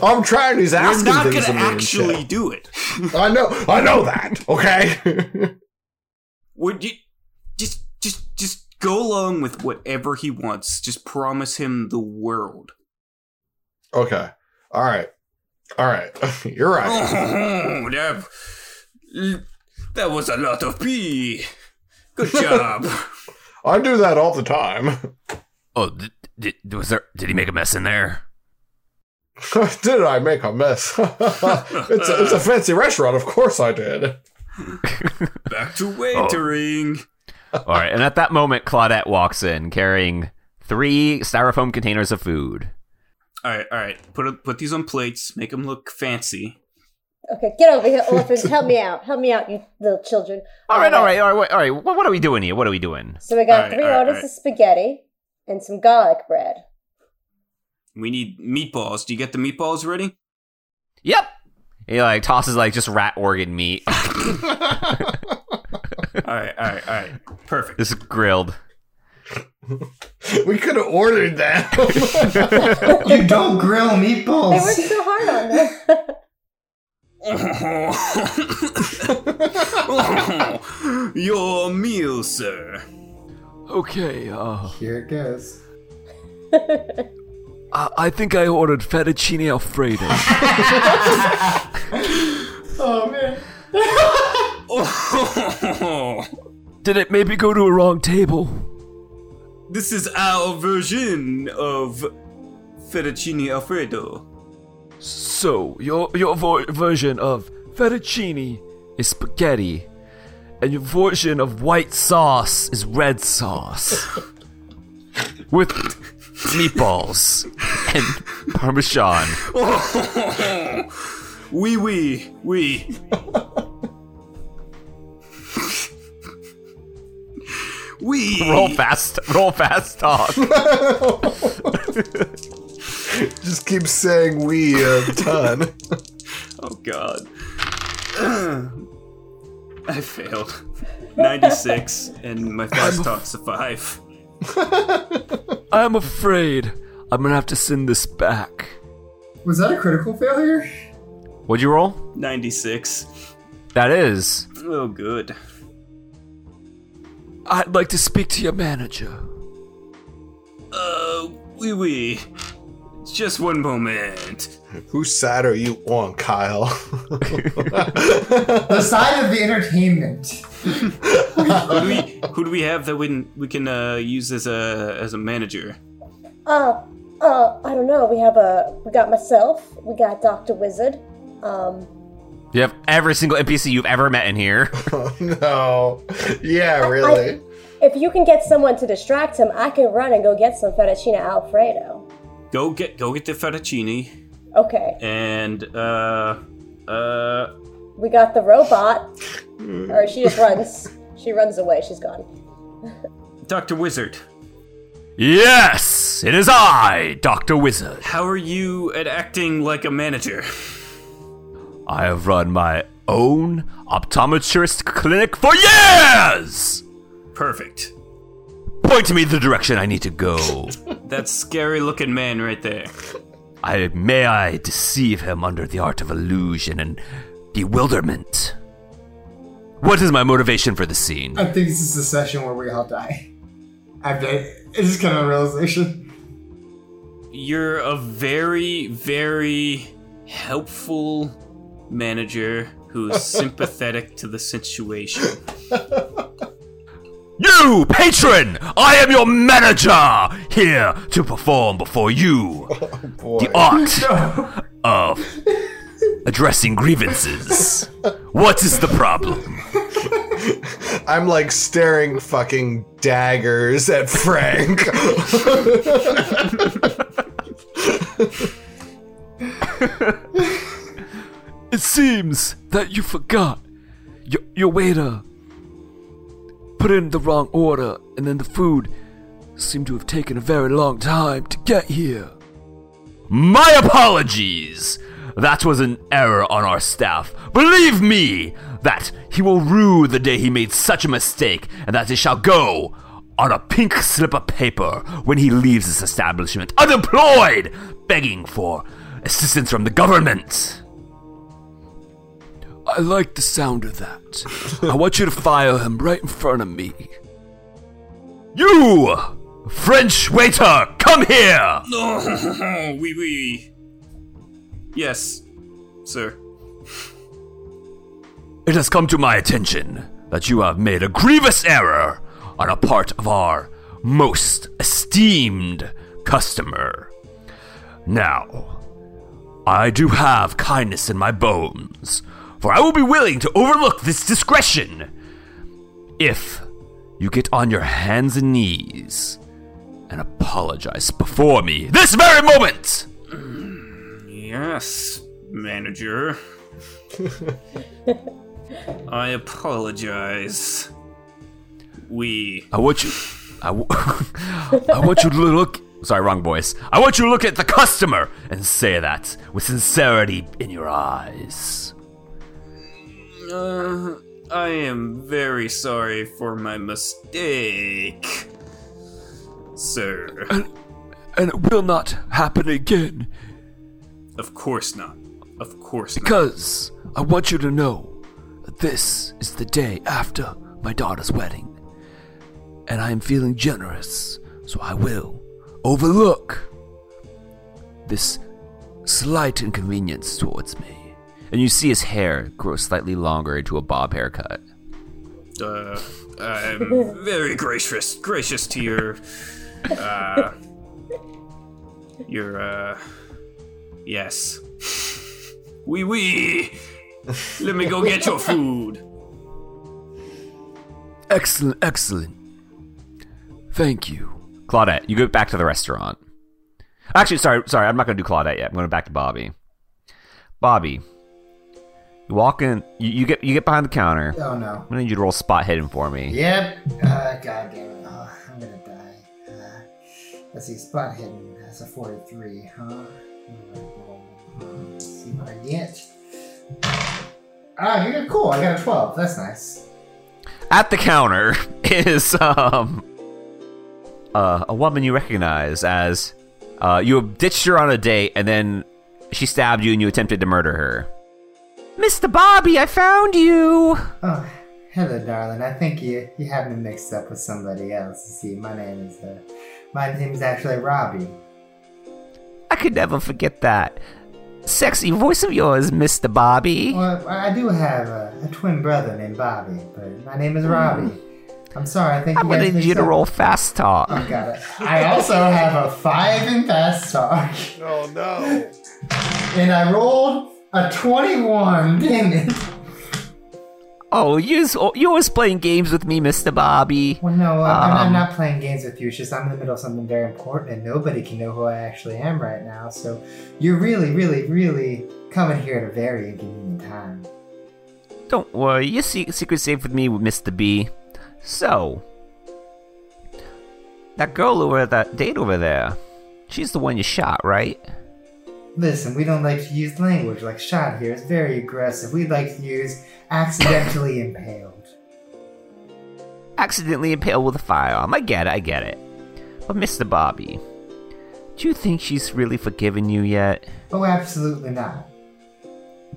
Speaker 5: I'm trying. He's
Speaker 3: We're
Speaker 5: asking
Speaker 3: not going
Speaker 5: things
Speaker 3: to
Speaker 5: of me and
Speaker 3: actually
Speaker 5: shit.
Speaker 3: do it.
Speaker 5: I know. I know that. Okay.
Speaker 3: Would you just just just go along with whatever he wants. Just promise him the world.
Speaker 5: okay. All right. All right. You're right.
Speaker 3: Oh, that, that was a lot of pee. Good job.
Speaker 5: I do that all the time.
Speaker 1: Oh, did, did, was there? Did he make a mess in there?
Speaker 5: did I make a mess? it's, a, it's a fancy restaurant. Of course I did.
Speaker 3: Back
Speaker 5: Oh.
Speaker 3: to waitering.
Speaker 1: All right, and at that moment, Claudette walks in carrying three styrofoam containers of food.
Speaker 3: All right, all right. Put put these on plates. Make them look fancy.
Speaker 4: Okay, get over here, orphans. Help me out. Help me out, you little children.
Speaker 1: All right, all right, all right, all right. What, what are we doing here? What are we doing?
Speaker 4: So we got
Speaker 3: All right,
Speaker 4: three
Speaker 3: all right,
Speaker 4: orders
Speaker 3: all right.
Speaker 4: of spaghetti and some garlic bread.
Speaker 3: We need meatballs. Do you get the meatballs ready?
Speaker 1: Yep. He like tosses like just rat organ meat.
Speaker 3: All right, all right, all right. Perfect.
Speaker 1: It's grilled.
Speaker 5: we could have ordered that.
Speaker 2: You don't grill
Speaker 4: They worked
Speaker 2: meatballs.
Speaker 4: so hard on that.
Speaker 3: Your meal, sir.
Speaker 6: Okay, uh,
Speaker 2: Here it goes.
Speaker 6: I, I think I ordered fettuccine alfredo.
Speaker 2: Oh man.
Speaker 6: Did it maybe go to a wrong table?
Speaker 3: this is our version of fettuccine alfredo.
Speaker 6: So your your vo- version of fettuccine is spaghetti, and your version of white sauce is red sauce with meatballs
Speaker 1: And Parmesan.
Speaker 3: Wee wee wee. Wee.
Speaker 1: Roll fast. Roll fast talk.
Speaker 5: Just keep saying we a ton.
Speaker 3: Oh god. I failed. 96 and my fast talk's a 5.
Speaker 6: I'm afraid I'm gonna have to send this back.
Speaker 2: Was that a critical failure?
Speaker 1: What'd you roll?
Speaker 3: 96.
Speaker 1: That is.
Speaker 3: Oh good.
Speaker 6: I'd like to speak to your manager.
Speaker 3: Uh wee wee. Just one moment.
Speaker 5: Whose side are you on, Kyle?
Speaker 2: The side of the entertainment.
Speaker 3: Who do we who do we have that we can, we can uh, use as a as a manager?
Speaker 4: uh, uh, I don't know. We have a. We got myself. We got Doctor Wizard. Um,
Speaker 1: You have every single NPC you've ever met in here.
Speaker 5: oh, no. Yeah, really.
Speaker 4: if you can get someone to distract him, I can run and go get some fettuccine alfredo.
Speaker 3: Go get go get the fettuccine
Speaker 4: Okay,
Speaker 3: and uh uh
Speaker 4: we got the robot. or she just runs. She runs away. She's gone.
Speaker 3: Dr. Wizard.
Speaker 1: yes, it is I, Doctor Wizard.
Speaker 3: How are you at acting like a manager?
Speaker 1: I have run my own optometrist clinic for years!
Speaker 3: Perfect.
Speaker 1: Point me the direction I need to go.
Speaker 3: That scary looking man right there.
Speaker 1: I may I deceive him under the art of illusion and bewilderment. What is my motivation for the scene?
Speaker 2: I think this is the session where we all die. I'm dead. It's just kind of a realization.
Speaker 3: You're a very, very helpful manager who's sympathetic to the situation.
Speaker 1: You, patron! I am your manager! Here to perform before you the art of addressing grievances. What is the problem?
Speaker 5: I'm like staring fucking daggers at Frank.
Speaker 6: It seems that you forgot. Your, your waiter put in the wrong order, and then the food seemed to have taken a very long time to get here.
Speaker 1: My apologies! That was an error on our staff. Believe me that he will rue the day he made such a mistake and that it shall go on a pink slip of paper when he leaves this establishment unemployed, begging for assistance from the government.
Speaker 6: I like the sound of that. I want you to fire him right in front of me.
Speaker 1: You, French waiter, come here!
Speaker 3: No, wee wee. Yes, sir.
Speaker 1: It has come to my attention that you have made a grievous error on a part of our most esteemed customer. Now, I do have kindness in my bones, for I will be willing to overlook this discretion if you get on your hands and knees and apologize before me this very moment!
Speaker 3: Yes, manager. I apologize. We.
Speaker 1: I want you. I, w- I want you to look
Speaker 6: sorry, wrong voice. I want you to look at the customer and say that with sincerity in your eyes.
Speaker 3: Uh, I am very sorry for my mistake, sir.
Speaker 1: and it will not happen again
Speaker 3: Of course not. Of course not.
Speaker 1: because I want you to know that this is the day after my daughter's wedding, and I am feeling generous, so I will overlook this slight inconvenience towards me.
Speaker 6: And you see his hair grow slightly longer into a bob haircut.
Speaker 3: Uh, I'm very gracious, gracious to your, uh, your, uh, yes. Wee wee. Let me go get your food.
Speaker 1: Excellent, excellent. Thank you.
Speaker 6: Claudette, you go back to the restaurant. Actually, sorry, sorry, I'm not gonna do Claudette yet. I'm going back to Bobby. Bobby, you walk in. You, you get you get behind the counter. I'm
Speaker 2: Oh no.
Speaker 6: gonna need you to roll spot hidden for me.
Speaker 2: Yep. Uh, God damn it. Oh, I'm gonna die. Uh, let's see. Spot hidden. That's a 43, huh? Hmm, Let's see what I get. Ah, you're cool. I got a 12. That's nice.
Speaker 6: At the counter is um uh, a woman you recognize as uh, you ditched her on a date and then she stabbed you and you attempted to murder her. Mr. Bobby, I found you.
Speaker 2: Oh, hello, darling. I think you you have me mixed up with somebody else. You see, my name is uh, my name is actually Robbie.
Speaker 6: I could never forget that sexy voice of yours, Mr. Bobby.
Speaker 2: Well, I do have a, a twin brother named Bobby, but my name is Robbie. I'm sorry. I think
Speaker 6: I'm
Speaker 2: you
Speaker 6: gonna
Speaker 2: guys
Speaker 6: need
Speaker 2: mixed
Speaker 6: you to
Speaker 2: up.
Speaker 6: roll fast talk.
Speaker 2: Oh, got it. I also have a five in fast talk,
Speaker 5: Oh no.
Speaker 2: and I rolled a twenty-one. Damn it!
Speaker 6: Oh, you s- oh, you always playing games with me, Mr. Bobby.
Speaker 2: Well, no, I'm, I'm
Speaker 6: Um.
Speaker 2: not playing games with you. It's just I'm in the middle of something very important, and nobody can know who I actually am right now. So you're really, really, really coming here at a very inconvenient time.
Speaker 6: Don't worry, your se- secret's safe with me, Mr. B. So, that girl over that date over there, she's the one you shot, right?
Speaker 2: Listen, we don't like to use language like shot here. It's very aggressive. We like to use accidentally impaled.
Speaker 6: Accidentally impaled with a firearm. I get it, I get it. But Mr. Bobby, do you think she's really forgiven you yet?
Speaker 2: Oh, absolutely not.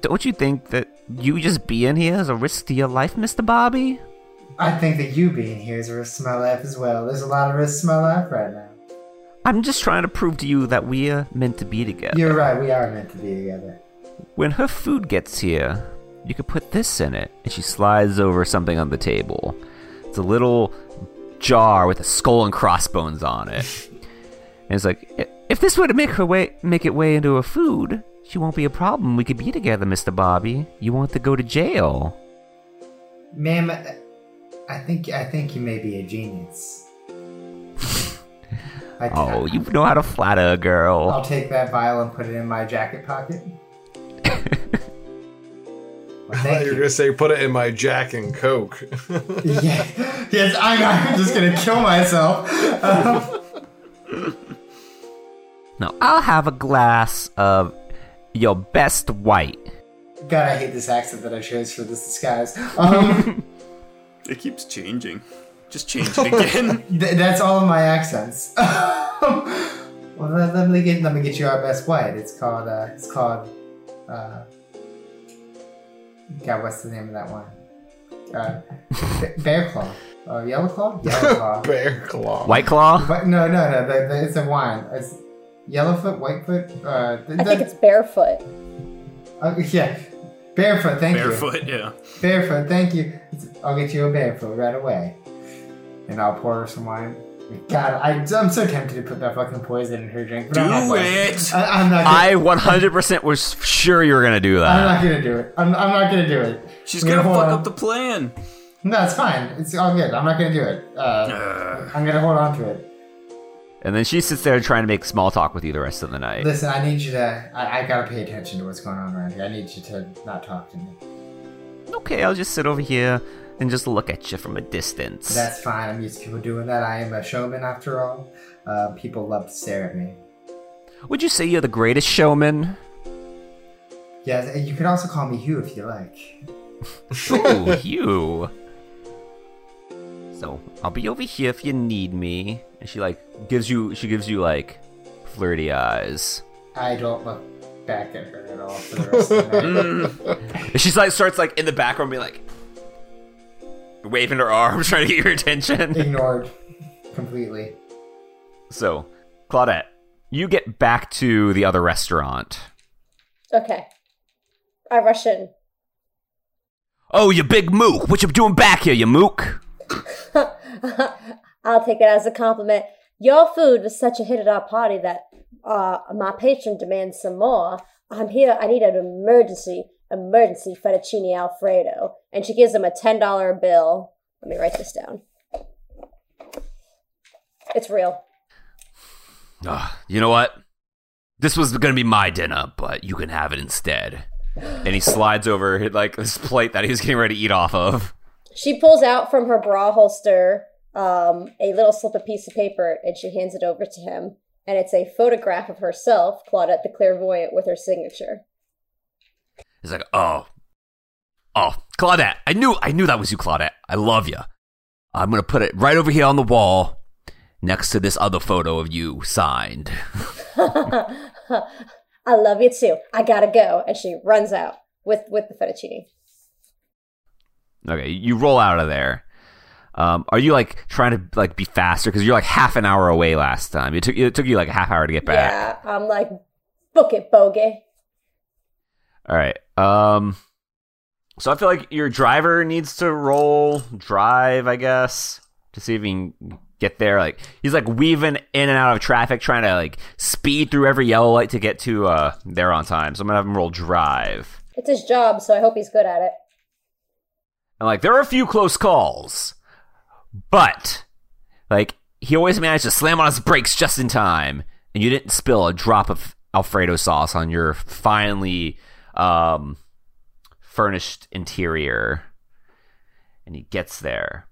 Speaker 6: Don't you think that you just being here is a risk to your life, Mr. Bobby?
Speaker 2: I think that you being here is a risk to my life as well. There's a lot of risks to my life right now.
Speaker 6: I'm just trying to prove to you that we're meant to be together.
Speaker 2: You're right, we are meant to be together.
Speaker 6: When her food gets here, you could put this in it. And she slides over something on the table. It's a little jar with a skull and crossbones on it. and it's like, "I- if this were to make her way, make it way into her food, she won't be a problem. We could be together, Mr. Bobby. You won't have to go to jail.
Speaker 2: Ma'am, I- I think I think you may be a genius. I,
Speaker 6: Oh, you know how to flatter a girl.
Speaker 2: I'll take that vial and put it in my jacket pocket. Well,
Speaker 5: I thought
Speaker 2: thank
Speaker 5: you were
Speaker 2: you.
Speaker 5: gonna say put it in my Jack and Coke.
Speaker 2: Yeah. Yes, I'm, I'm just gonna kill myself. Um,
Speaker 6: Now, I'll have a glass of your best white.
Speaker 2: God, I hate this accent that I chose for this disguise. Um,
Speaker 3: It keeps changing. Just change it again.
Speaker 2: th- that's all of my accents. well, let, let me get let me get you our best white. It's called uh, it's called. Uh, God, what's the name of that one? Uh, Ba- Bear Claw. Uh, Yellow Claw. Yellow Claw.
Speaker 5: Bear claw.
Speaker 6: White Claw?
Speaker 2: But no, no, no. The, the, it's a wine. It's Yellowfoot, Whitefoot. Uh, th-
Speaker 4: I think
Speaker 2: th-
Speaker 4: it's barefoot.
Speaker 2: uh, yeah, barefoot. Thank you.
Speaker 3: Barefoot, yeah.
Speaker 2: Barefoot. Thank you. I'll get you a barefoot right away, and I'll pour her some wine. God, I, I'm so tempted to put that fucking poison in her drink. But I'm not
Speaker 3: Do
Speaker 2: going-
Speaker 3: it!
Speaker 2: I, I'm not. Gonna,
Speaker 6: I 100% was sure you were going to do
Speaker 2: I'm
Speaker 6: that.
Speaker 2: not gonna do it. I'm, I'm not gonna do it.
Speaker 3: uh, She's
Speaker 2: You know,
Speaker 3: gonna
Speaker 2: hold
Speaker 3: fuck
Speaker 2: on.
Speaker 3: up the plan.
Speaker 2: No, it's fine. It's all good. I'm not gonna do it. Uh,
Speaker 3: Uh,
Speaker 2: I'm gonna hold on to it.
Speaker 6: And then she sits there trying to make small talk with you the rest of the night.
Speaker 2: Listen, I need you to. I, I gotta pay attention to what's going on around here. I need you to not talk to me.
Speaker 6: Okay, I'll just sit over here and just look at you from a distance.
Speaker 2: That's fine. I'm used to people doing that. I am a showman after all. Uh, people love to stare at me.
Speaker 6: Would you say you're the greatest showman?
Speaker 2: Yes, and you can also call me Hugh if you like.
Speaker 6: Ooh, you. So I'll be over here if you need me. And she like gives you she gives you like flirty eyes.
Speaker 2: I don't look back at her at all for the rest of the night.
Speaker 6: And she's like starts like in the background being like waving her arms trying to get your attention.
Speaker 2: Ignored completely.
Speaker 6: So, Claudette, you get back to the other restaurant.
Speaker 4: Okay. I rush in.
Speaker 6: Oh, you big mook! What you doing back here, you mook?
Speaker 4: I'll take it as a compliment. Your food was such a hit at our party that uh, my patron demands some more. I'm here. I need an emergency, emergency fettuccine alfredo. And she gives him a ten dollar bill. Let me write this down. It's real.
Speaker 6: Ugh, you know what? This was gonna be my dinner, but you can have it instead. And he slides over like this plate that he was getting ready to eat off of.
Speaker 4: She pulls out from her bra holster um, a little slip of piece of paper and she hands it over to him. And it's a photograph of herself, Claudette the clairvoyant, with her signature.
Speaker 6: He's like, oh, oh, Claudette. I knew, I knew that was you, Claudette. I love you. I'm gonna put it right over here on the wall, next to this other photo of you signed.
Speaker 4: I love you too. I gotta go. And she runs out with with the fettuccine.
Speaker 6: Okay, you roll out of there. Um, are you like trying to like be faster because you're like half an hour away last time? It took it took you like a half hour to get back.
Speaker 4: Yeah, I'm like, book it, bogey.
Speaker 6: All right. Um so I feel like your driver needs to roll drive, I guess, to see if he can get there. Like he's like weaving in and out of traffic trying to like speed through every yellow light to get to uh there on time. So I'm going to have him roll drive.
Speaker 4: It's his job, so I hope he's good at it.
Speaker 6: And like there are a few close calls. But like he always managed to slam on his brakes just in time and you didn't spill a drop of alfredo sauce on your finely um furnished interior. And he gets there.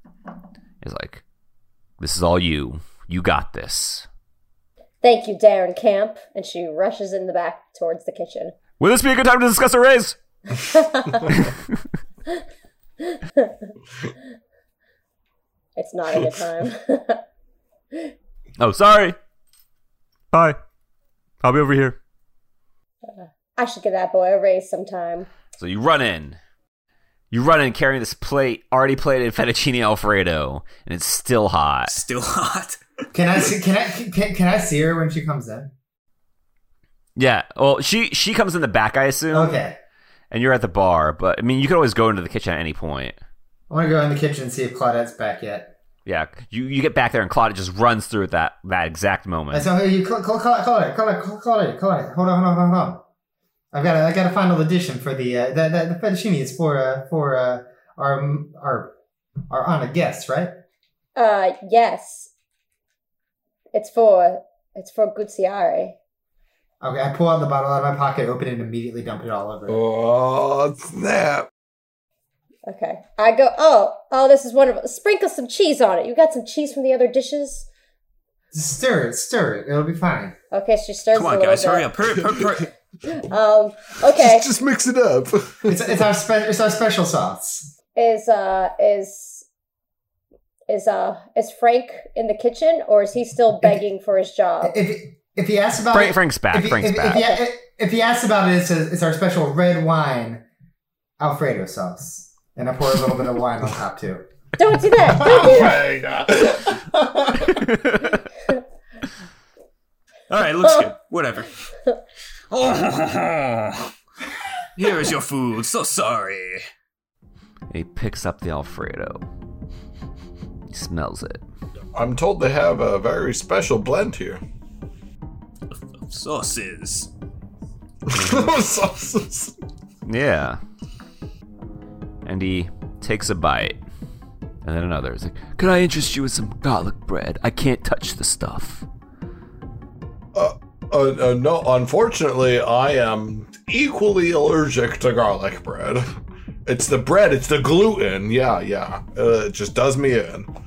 Speaker 6: He's like, "This is all you. You got this."
Speaker 4: Thank you, Darren Camp. And she rushes in the back towards the kitchen.
Speaker 6: Will this be a good time to discuss a raise?
Speaker 4: It's not a good time.
Speaker 6: Oh, sorry. Bye. I'll be over here.
Speaker 4: I should give that boy a raise sometime.
Speaker 6: So you run in. You run in carrying this plate, already plated fettuccine alfredo, and it's still hot.
Speaker 3: Still hot.
Speaker 2: Can I see? Can I can, can I see her when she comes in?
Speaker 6: Yeah. Well, she she comes in the back, I assume,
Speaker 2: Okay,
Speaker 6: and you're at the bar. But I mean, you can always go into the kitchen at any point.
Speaker 2: I want to go in the kitchen and see if Claudette's back yet.
Speaker 6: Yeah. You you get back there, and Claude just runs through at that that exact
Speaker 2: I
Speaker 6: moment.
Speaker 2: said, "Hey, you call, call, call, call it, call it, call it, call it, call it. Hold on, hold on, hold on. I've got, I got a final edition for the uh, the, the, the fettuccine. It's for uh, for uh, our our our honored guests, right?
Speaker 4: Uh, yes. It's for it's for Gucciari.
Speaker 2: Okay, I pull out the bottle out of my pocket, open it, and immediately dump it all over.
Speaker 5: Oh, snap.
Speaker 4: Okay. I go. Oh, oh, this is wonderful. Sprinkle some cheese on it. You got some cheese from the other dishes.
Speaker 2: Stir it, stir it. It'll be fine.
Speaker 4: Okay, she stirs. it
Speaker 3: Come
Speaker 4: a
Speaker 3: on,
Speaker 4: little
Speaker 3: guys,
Speaker 4: bit.
Speaker 3: hurry up. Hurry, up, hurry, up, hurry. up.
Speaker 4: Um. Okay.
Speaker 5: Just, just mix it up.
Speaker 2: It's it's our spe- it's our special sauce.
Speaker 4: is uh is is uh is Frank in the kitchen or is he still begging for his job?
Speaker 2: If if he asks about
Speaker 6: Frank,
Speaker 2: it,
Speaker 6: Frank's
Speaker 2: if
Speaker 6: back.
Speaker 2: he-
Speaker 6: Frank's
Speaker 2: if,
Speaker 6: back.
Speaker 2: If he, if- if he asks about it, it says it's our special red wine Alfredo sauce. And I pour a little bit of wine on top too.
Speaker 4: Don't do that. Don't do that.
Speaker 3: All right, looks good. Whatever. Oh, here is your food. So sorry.
Speaker 6: He picks up the Alfredo. He smells it.
Speaker 5: I'm told they have a very special blend here.
Speaker 3: Sauces.
Speaker 5: Sauces.
Speaker 6: Yeah. And he takes a bite. And then another. He's like,
Speaker 7: Could I interest you in some garlic bread? I can't touch the stuff.
Speaker 5: Uh, uh, no, unfortunately, I am equally allergic to garlic bread. It's the bread. It's the gluten. Yeah, yeah. Uh, it just does me in.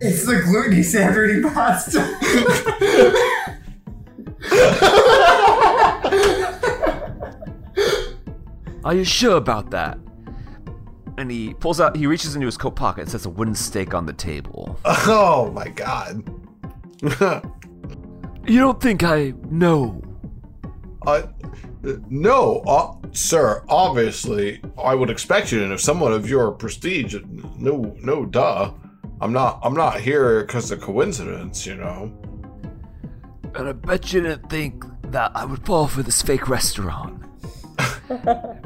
Speaker 2: It's the gluten savory pasta.
Speaker 6: Are you sure about that? And he pulls out, he reaches into his coat pocket and sets a wooden stake on the table.
Speaker 5: Oh my god.
Speaker 1: You don't think I know?
Speaker 5: uh, no, uh, sir. Obviously, I would expect you to know someone of your prestige. No, no, duh. I'm not. I'm not here because of coincidence. You know.
Speaker 1: And I bet you didn't think that I would fall for this fake restaurant.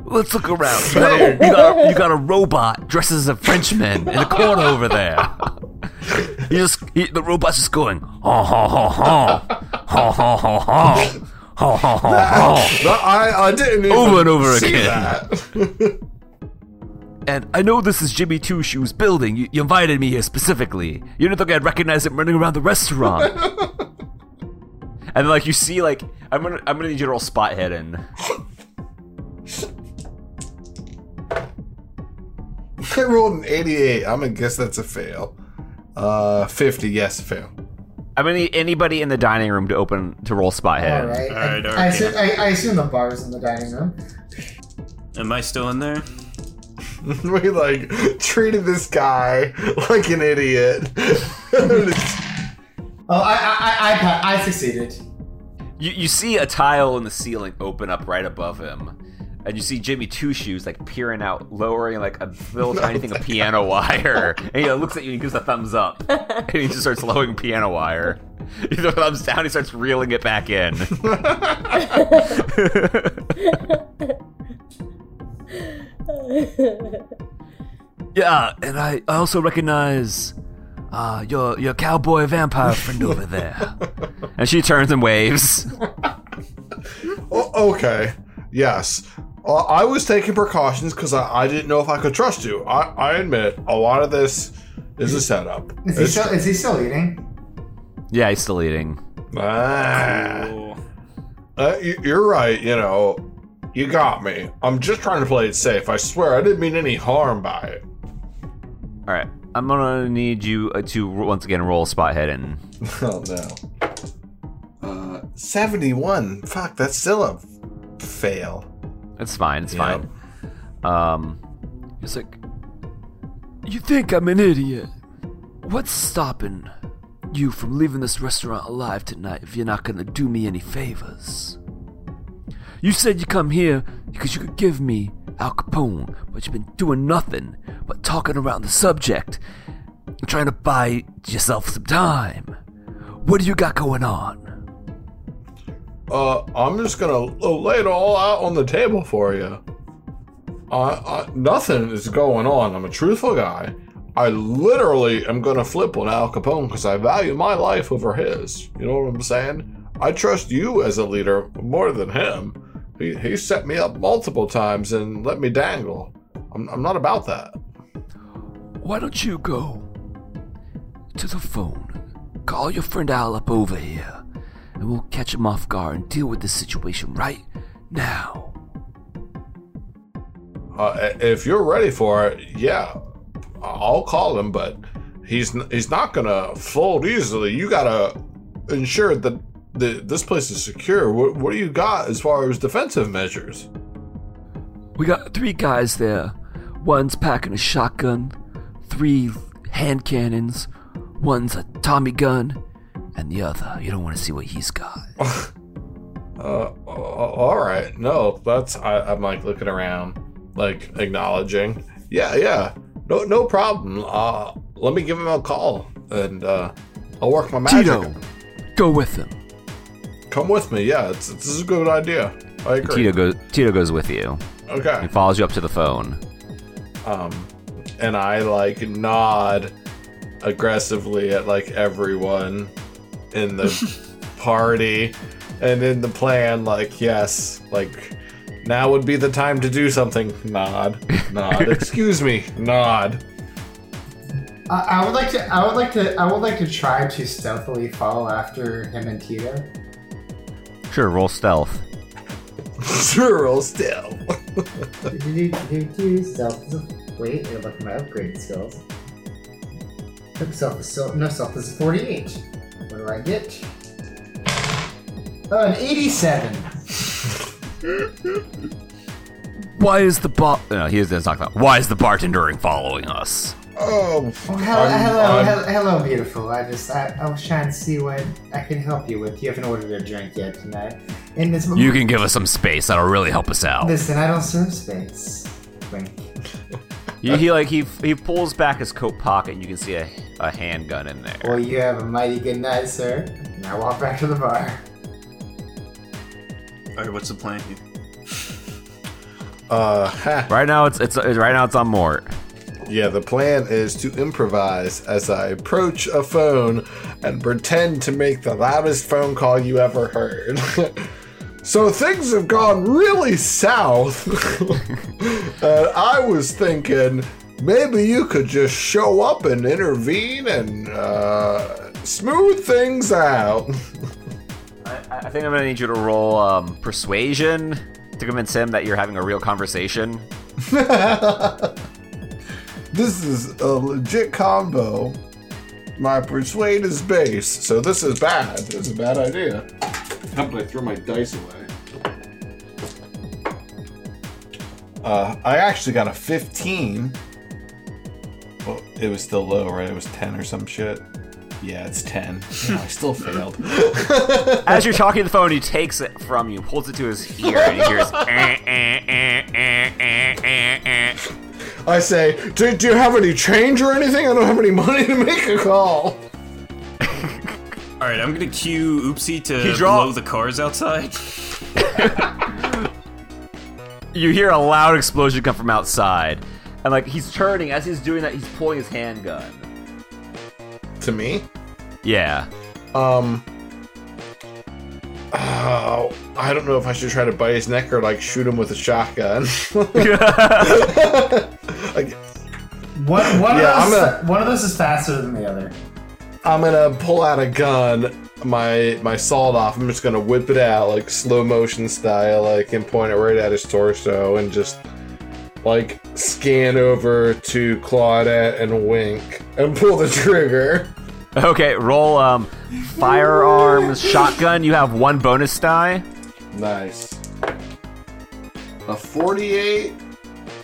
Speaker 1: Let's look around. You got, a, you, got a, you got a robot dressed as a Frenchman in the corner over there. He just he, the robot's just going ha ha ha ha ha ha ha ha ha ha ha ha.
Speaker 5: But I, I didn't even
Speaker 1: Over and over
Speaker 5: see
Speaker 1: again.
Speaker 5: that.
Speaker 1: And I know this is Jimmy Two Shoes' building. You, you invited me here specifically. You didn't think I'd recognize him running around the restaurant.
Speaker 6: And then, like, you see, like, I'm gonna, I'm gonna need you to roll spot hidden.
Speaker 5: I rolled an 88. I'm gonna guess that's a fail. Uh, 50. Yes, fail.
Speaker 6: I'm gonna need anybody in the dining room to open to roll spot
Speaker 2: All
Speaker 6: hidden.
Speaker 2: right.
Speaker 3: Alright,
Speaker 2: I, I,
Speaker 3: alright.
Speaker 2: assume, I, I assume the bar is in the dining room.
Speaker 3: Am I still in there?
Speaker 5: we like treated this guy like an idiot.
Speaker 2: Oh, I I I, I, pa- I succeeded.
Speaker 6: You, you see a tile in the ceiling open up right above him, and you see Jimmy Two Shoes like peering out, lowering like a little tiny thing of piano wire, and he like, looks at you and he gives a thumbs up, and he just starts lowering piano wire. He throws a thumbs down, he starts reeling it back in. Uh,
Speaker 1: Yeah, and I, I also recognize uh, your your cowboy vampire friend over there.
Speaker 6: and she turns and waves.
Speaker 5: O- Oh, okay. Yes. Uh, I was taking precautions because I, I didn't know if I could trust you. I, I admit, a lot of this is a setup.
Speaker 2: Is he
Speaker 5: It's-
Speaker 2: still is he still eating?
Speaker 6: Yeah, he's still eating.
Speaker 5: Ah.
Speaker 3: Oh.
Speaker 5: Uh, y- you're right, you know. You got me. I'm just trying to play it safe. I swear, I didn't mean any harm by it.
Speaker 6: All right, I'm gonna need you uh, to once again roll spot hidden.
Speaker 5: Oh no. Uh, 71. Fuck, that's still a fail.
Speaker 6: It's fine. It's
Speaker 5: Yeah.
Speaker 6: fine. Um,
Speaker 1: He's like, You think I'm an idiot? What's stopping you from leaving this restaurant alive tonight if you're not gonna do me any favors? You said you come here because you could give me Al Capone, but you've been doing nothing but talking around the subject and trying to buy yourself some time. What do you got going on?
Speaker 5: Uh, I'm just gonna l- lay it all out on the table for you. I, I, nothing is going on. I'm a truthful guy. I literally am gonna flip on Al Capone because I value my life over his. You know what I'm saying? I trust you as a leader more than him. He, he set me up multiple times and let me dangle. I'm, I'm not about that.
Speaker 1: Why don't you go to the phone, call your friend Al up over here, and we'll catch him off guard and deal with this situation right now.
Speaker 5: Uh, if you're ready for it, yeah, I'll call him. But he's n- he's not gonna fold easily. You gotta ensure that the, this place is secure. What, what do you got as far as defensive measures?
Speaker 1: We got three guys there. One's packing a shotgun, three hand cannons, one's a Tommy gun, and the other, you don't want to see what he's got.
Speaker 5: Uh, a- all right, no, that's I, I'm like looking around, like acknowledging. Yeah, yeah, no, no problem. Uh, let me give him a call, and uh, I'll work my magic.
Speaker 1: Tito, go with him.
Speaker 5: come with me. Yeah, it's, this is a good idea. I agree.
Speaker 6: Tito goes. Tito goes with you
Speaker 5: Okay.
Speaker 6: and follows you up to the phone.
Speaker 5: um, and I like nod aggressively at like everyone in the party and in the plan. Like, yes, like now would be the time to do something. Nod, nod. Excuse me, nod.
Speaker 2: I, I would like to I would like to I would like to try to stealthily follow after him and Tito.
Speaker 6: Sure, roll stealth.
Speaker 5: Roll still.
Speaker 2: do, do, do, do, Stealth is a. Wait, you're looking at my upgrade skills. Nope, Stealth is so. No, stealth is 48. What do I get? Oh, an 87.
Speaker 6: Why is the bar? No, he is not that. Why is the bartender following us?
Speaker 5: Oh,
Speaker 2: Well,
Speaker 5: fuck.
Speaker 2: hello,
Speaker 5: I'm-
Speaker 2: hello,
Speaker 5: I'm-
Speaker 2: hello, hello, beautiful. I just, I, I was trying to see what I can help you with. You haven't ordered a drink yet tonight. In this,
Speaker 6: You can give us some space. That'll really help us out.
Speaker 2: listen, I don't serve space. Wink.
Speaker 6: He, he like he he pulls back his coat pocket, and you can see a, a handgun in there.
Speaker 2: Well, you have a mighty good night, sir. And I walk back to the bar.
Speaker 3: Alright, what's the plan here?
Speaker 5: Uh, ha.
Speaker 6: Right now, it's it's right now it's on Mort.
Speaker 5: Yeah, the plan is to improvise as I approach a phone and pretend to make the loudest phone call you ever heard. so things have gone really south. and I was thinking maybe you could just show up and intervene and uh, smooth things out.
Speaker 6: I, I think I'm gonna need you to roll um, persuasion to convince him that you're having a real conversation.
Speaker 5: This is a legit combo. My persuade is base, so this is bad. This is a bad idea. How did I throw my dice away? Uh, I actually got a 15. Well, it was still low, right? It was 10 or some shit. Yeah, it's 10. Yeah, I still failed.
Speaker 6: As you're talking to the phone, he takes it from you, pulls it to his ear, and he hears. "Eh, eh, eh, eh, eh, eh, eh."
Speaker 5: I say, do, do you have any change or anything? I don't have any money to make a call.
Speaker 3: Alright, I'm gonna cue Oopsie to
Speaker 6: You draw-
Speaker 3: blow the cars outside.
Speaker 6: you hear a loud explosion come from outside, and like he's turning as he's doing that, he's pulling his handgun.
Speaker 5: To me?
Speaker 6: Yeah.
Speaker 5: Um. Oh, I don't know if I should try to bite his neck or like shoot him with a shotgun. like,
Speaker 2: One, one,
Speaker 5: Yeah,
Speaker 2: of
Speaker 5: I'm
Speaker 2: those,
Speaker 5: gonna-
Speaker 2: one of those is faster than the other.
Speaker 5: I'm gonna pull out a gun, my my sawed off. I'm just gonna whip it out like slow motion style, like and point it right at his torso and just like scan over to Claudette and wink and pull the trigger.
Speaker 6: Okay, roll um firearms shotgun. You have one bonus die.
Speaker 5: Nice. A 48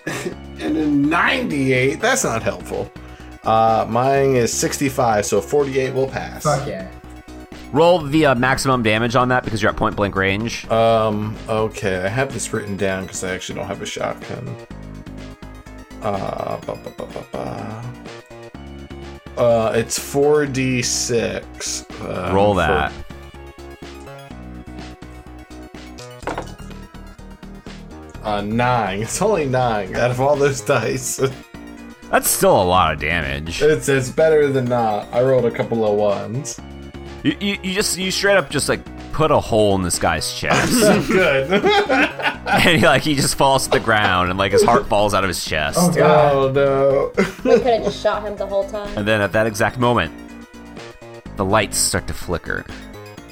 Speaker 5: and a 98. That's not helpful. Uh, mine is 65, so 48 will pass.
Speaker 2: Fuck yeah.
Speaker 6: Roll the uh, maximum damage on that because you're at point blank range.
Speaker 5: Um, okay, I have this written down because I actually don't have a shotgun. Uh, ba, ba, ba, ba, ba. uh it's 4d6. um,
Speaker 6: roll
Speaker 5: for-
Speaker 6: that.
Speaker 5: uh, nine. It's only nine out of all those dice.
Speaker 6: That's still a lot of damage.
Speaker 5: it's, it's better than not. I rolled a couple of ones.
Speaker 6: You, you, you just you straight up just like put a hole in this guy's chest,
Speaker 5: Good.
Speaker 6: and he, like he just falls to the ground, and like his heart falls out of his chest.
Speaker 2: Oh god.
Speaker 5: oh no.
Speaker 4: We could have just shot him the whole time.
Speaker 6: And then at that exact moment, the lights start to flicker.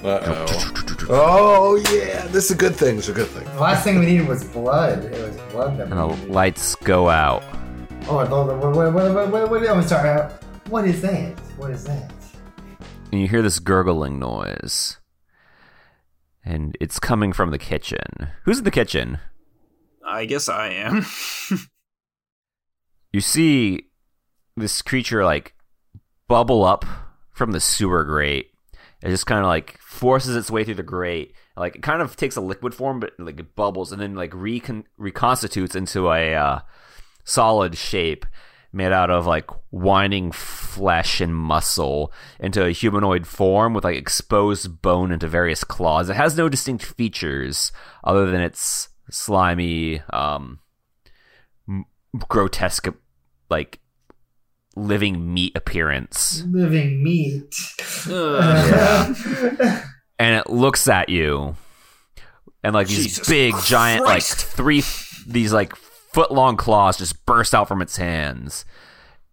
Speaker 5: Uh-oh. Oh yeah, this is a good thing. It's a good thing.
Speaker 2: The last thing we needed was blood. It was blood that we
Speaker 6: And the
Speaker 2: needed.
Speaker 6: lights go out.
Speaker 2: Oh, I thought- what, what, what, what, what, what, I'm sorry. uh, What is that? What is that?
Speaker 6: And you hear this gurgling noise. And it's coming from the kitchen. Who's in the kitchen?
Speaker 3: I guess I am.
Speaker 6: You see this creature like bubble up from the sewer grate. It just kind of like forces its way through the grate. Like it kind of takes a liquid form, but like it bubbles and then like recon- reconstitutes into a uh, solid shape made out of like winding flesh and muscle into a humanoid form with like exposed bone into various claws. It has no distinct features other than its slimy, um, m- grotesque, like living meat appearance.
Speaker 2: Living meat.
Speaker 3: Uh, Ugh.
Speaker 6: and it looks at you and like these
Speaker 3: Jesus
Speaker 6: big giant like
Speaker 3: Christ.
Speaker 6: three these like foot long claws just burst out from its hands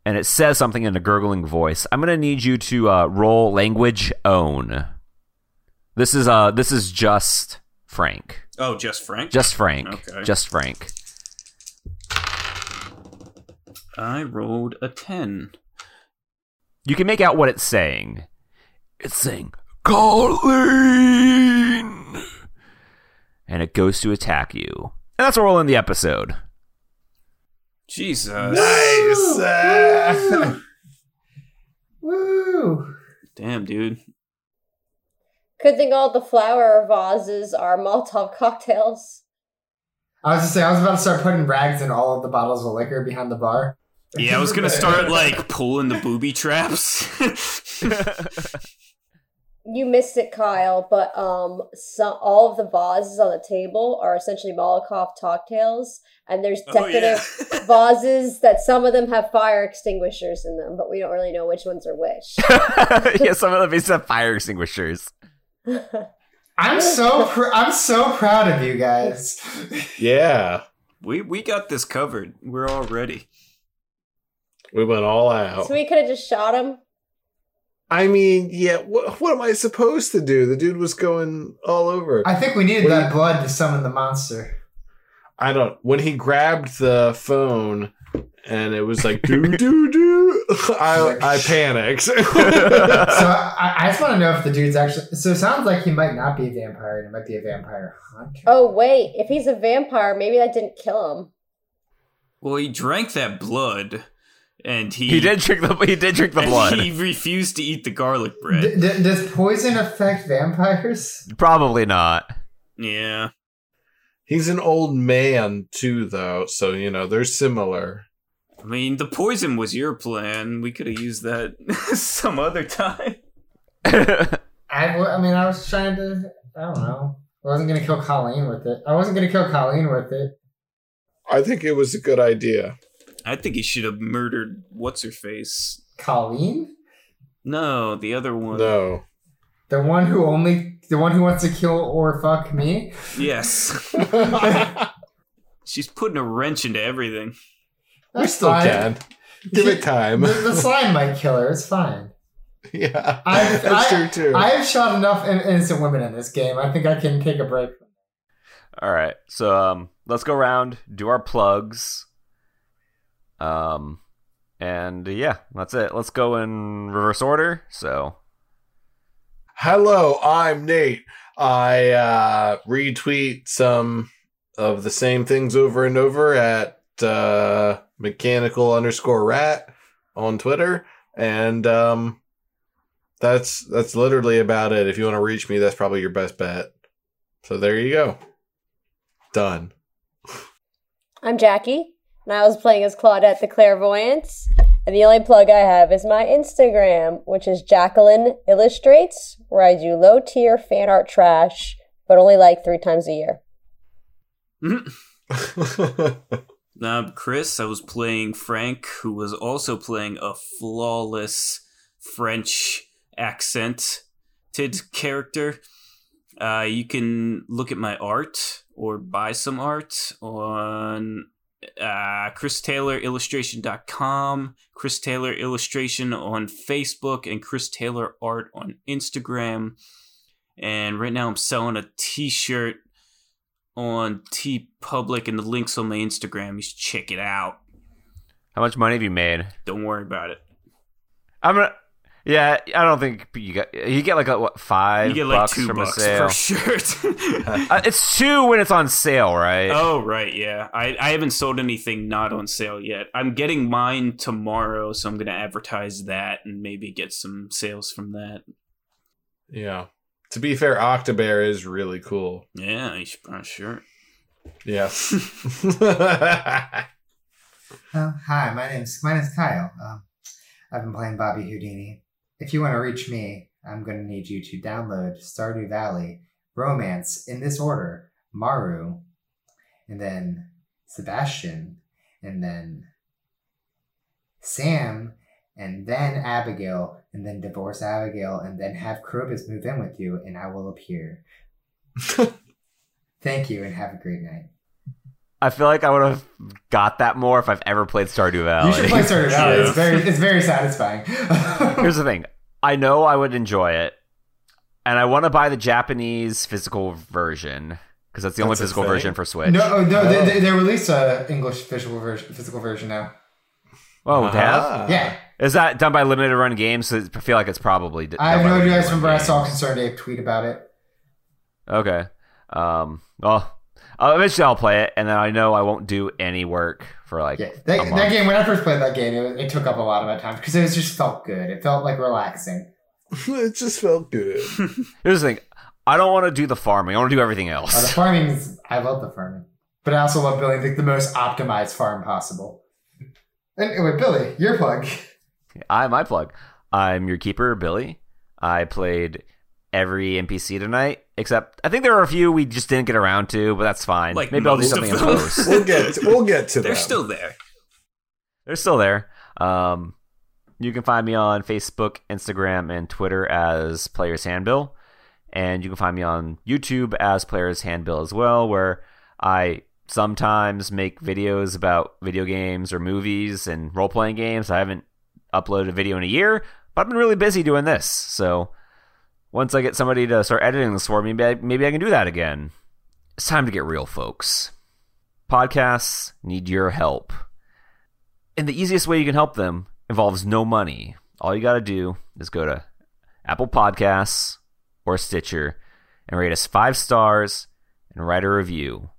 Speaker 6: and it says something in a gurgling voice i'm gonna need you to uh, roll language own this is uh this is just frank
Speaker 3: Oh, just Frank?
Speaker 1: Just Frank.
Speaker 3: Okay.
Speaker 1: Just Frank.
Speaker 3: I rolled a 10.
Speaker 1: You can make out what it's saying. It's saying,
Speaker 6: Colleen!
Speaker 1: and it goes to attack you. And that's where we'll end the episode.
Speaker 3: Jesus.
Speaker 5: Nice! Uh,
Speaker 2: Woo!
Speaker 3: Damn, dude.
Speaker 4: Good thing all the flower vases are Molotov cocktails.
Speaker 2: I was just saying, I was about to start putting rags in all of the bottles of liquor behind the bar.
Speaker 3: Yeah, I was gonna start like pulling the booby traps.
Speaker 4: You missed it, Kyle, but um, some, all of the vases on the table are essentially Molotov cocktails, and there's
Speaker 3: oh, yeah.
Speaker 4: decorative vases that some of them have fire extinguishers in them, but we don't really know which ones are which.
Speaker 1: yeah, some of them is have fire extinguishers.
Speaker 2: I'm so pr- I'm so proud of you guys.
Speaker 5: yeah,
Speaker 3: we we got this covered. We're all ready.
Speaker 5: we went all
Speaker 3: Oh.
Speaker 5: out.
Speaker 4: So we could have just shot him.
Speaker 5: I mean, yeah, what, what am I supposed to do? The dude was going all over.
Speaker 2: I think we needed
Speaker 5: What do
Speaker 2: that blood to summon the monster.
Speaker 5: I don't. When he grabbed the phone and it was like do do do, I I panicked.
Speaker 2: So I, I just want to know if the dude's actually. So it sounds like he might not be a vampire, and it might be a vampire hunter.
Speaker 4: Oh wait, if he's a vampire, maybe that didn't kill him.
Speaker 3: Well, he drank that blood, and he
Speaker 1: He did drink the he did drink the
Speaker 3: and
Speaker 1: blood.
Speaker 3: He refused to eat the garlic
Speaker 2: D-
Speaker 3: bread.
Speaker 2: d- does poison affect vampires?
Speaker 1: Probably not.
Speaker 3: yeah,
Speaker 5: He's an old man too, though, so you know they're similar.
Speaker 3: I mean the poison was your plan. We could have used that some other time.
Speaker 2: I, w- I mean, I was trying to. I don't know. I wasn't gonna kill Colleen with it. I wasn't gonna kill Colleen with it.
Speaker 5: I think it was a good idea.
Speaker 3: I think he should have murdered what's her face.
Speaker 2: Colleen,
Speaker 3: No, the other one.
Speaker 5: No,
Speaker 2: the one who only, the one who wants to kill or fuck me.
Speaker 3: Yes, she's putting a wrench into everything.
Speaker 5: we
Speaker 2: That's
Speaker 5: still
Speaker 2: fine.
Speaker 5: can. Give it time.
Speaker 2: The, the slime might kill her. It's fine.
Speaker 5: yeah,
Speaker 2: I-
Speaker 5: that's
Speaker 2: I-
Speaker 5: true too.
Speaker 2: I have shot enough in- innocent women in this game. I think I can take a break.
Speaker 1: All right. So um, let's go around, do our plugs. Um, and yeah, that's it. Let's go in reverse order. So
Speaker 5: Hello, I'm Nate. I uh, retweet some of the same things over and over at uh, mechanical underscore rat on Twitter, and um, that's that's literally about it. If you want to reach me, that's probably your best bet. So there you go. Done.
Speaker 4: I'm Jackie, and I was playing as Claudette the Clairvoyant. And the only plug I have is my Instagram, which is Jacqueline Illustrates, where I do low tier fan art trash, but only like three times a year.
Speaker 3: Um, Chris, I was playing Frank, who was also playing a flawless French accented character. Uh, you can look at my art or buy some art on uh, ChrisTaylorIllustration.com, Chris Taylor Illustration on Facebook, and Chris Taylor Art on Instagram. And right now I'm selling a t shirt on T Public and the links on my Instagram. You should check it out.
Speaker 1: how much money have you made?
Speaker 3: Don't worry about it.
Speaker 1: I'm gonna. Yeah, I don't think you got. You get like a, what five
Speaker 3: You get like
Speaker 1: bucks
Speaker 3: two
Speaker 1: from a
Speaker 3: bucks
Speaker 1: sale.
Speaker 3: per shirt.
Speaker 1: Uh, it's two when it's on sale, right?
Speaker 3: oh right, yeah. I, I haven't sold anything not on sale yet. I'm getting mine tomorrow, so I'm gonna advertise that and maybe get some sales from that.
Speaker 5: yeah. To be fair, Octobear is really cool.
Speaker 3: Yeah, you should uh, buy a shirt.
Speaker 5: Yeah.
Speaker 2: Uh, hi, my name's my name's Kyle. Um, I've been playing Bobby Houdini. If you want to reach me, I'm going to need you to download Stardew Valley, Romance in this order, Maru, and then Sebastian, and then Sam, and then Abigail, and then divorce Abigail, and then have Krobus move in with you, and I will appear. Thank you, and have a great night.
Speaker 1: I feel like I would have got that more if I've ever played Stardew Valley.
Speaker 2: You should play Stardew Valley.
Speaker 5: Yeah.
Speaker 2: It's very, it's very satisfying.
Speaker 1: Here's the thing. I know I would enjoy it, and I want to buy the Japanese physical version.
Speaker 6: because that's the only
Speaker 5: That's a
Speaker 6: physical
Speaker 5: thing.
Speaker 6: version for Switch.
Speaker 2: No, oh, no,
Speaker 5: Oh.
Speaker 2: they, they, they released a English physical version, physical version now.
Speaker 6: Oh, they have?
Speaker 5: Ah.
Speaker 2: yeah,
Speaker 6: Is that done by Limited Run Games? So I feel like it's probably. d-
Speaker 2: I have
Speaker 6: done by
Speaker 2: no idea. I
Speaker 6: Limited
Speaker 2: just
Speaker 6: Run
Speaker 2: remember I saw
Speaker 6: Games.
Speaker 2: Concerned Ape tweet about it.
Speaker 6: Okay. Um. Well, I'll- eventually I'll play it, and then I know I won't do any work for like.
Speaker 2: Yeah,
Speaker 6: a
Speaker 2: that,
Speaker 6: month.
Speaker 2: that game. When I first played that game, it, it took up a lot of my time because it was, just felt good. It felt like relaxing.
Speaker 5: it just felt good.
Speaker 6: Here's the thing. I don't want to do the farming. I want to do everything
Speaker 2: Uh, the
Speaker 6: else.
Speaker 2: farming is, I love the farming, but I also love building like, the most optimized farm possible. And anyway, Billy, your plug.
Speaker 6: I my plug. I'm your keeper, Billy. I played every NPC tonight, except I think there were a few we just didn't get around to, but that's fine.
Speaker 3: Like
Speaker 6: Maybe I'll do
Speaker 3: most
Speaker 6: something in
Speaker 3: of them.
Speaker 6: post.
Speaker 5: We'll get to, we'll get to
Speaker 3: They're
Speaker 5: them.
Speaker 3: still there.
Speaker 6: They're still there. Um, you can find me on Facebook, Instagram, and Twitter as Players Handbill. And you can find me on YouTube as Players Handbill as well, where I sometimes make videos about video games or movies and role playing games. I haven't uploaded a video in a year, but I've been really busy doing this. So once I get somebody to start editing this for me, maybe I, maybe I can do that again. It's time to get real, folks. Podcasts need your help. And the easiest way you can help them involves no money. All you got to do is go to Apple Podcasts or Stitcher and rate us five stars and write a review.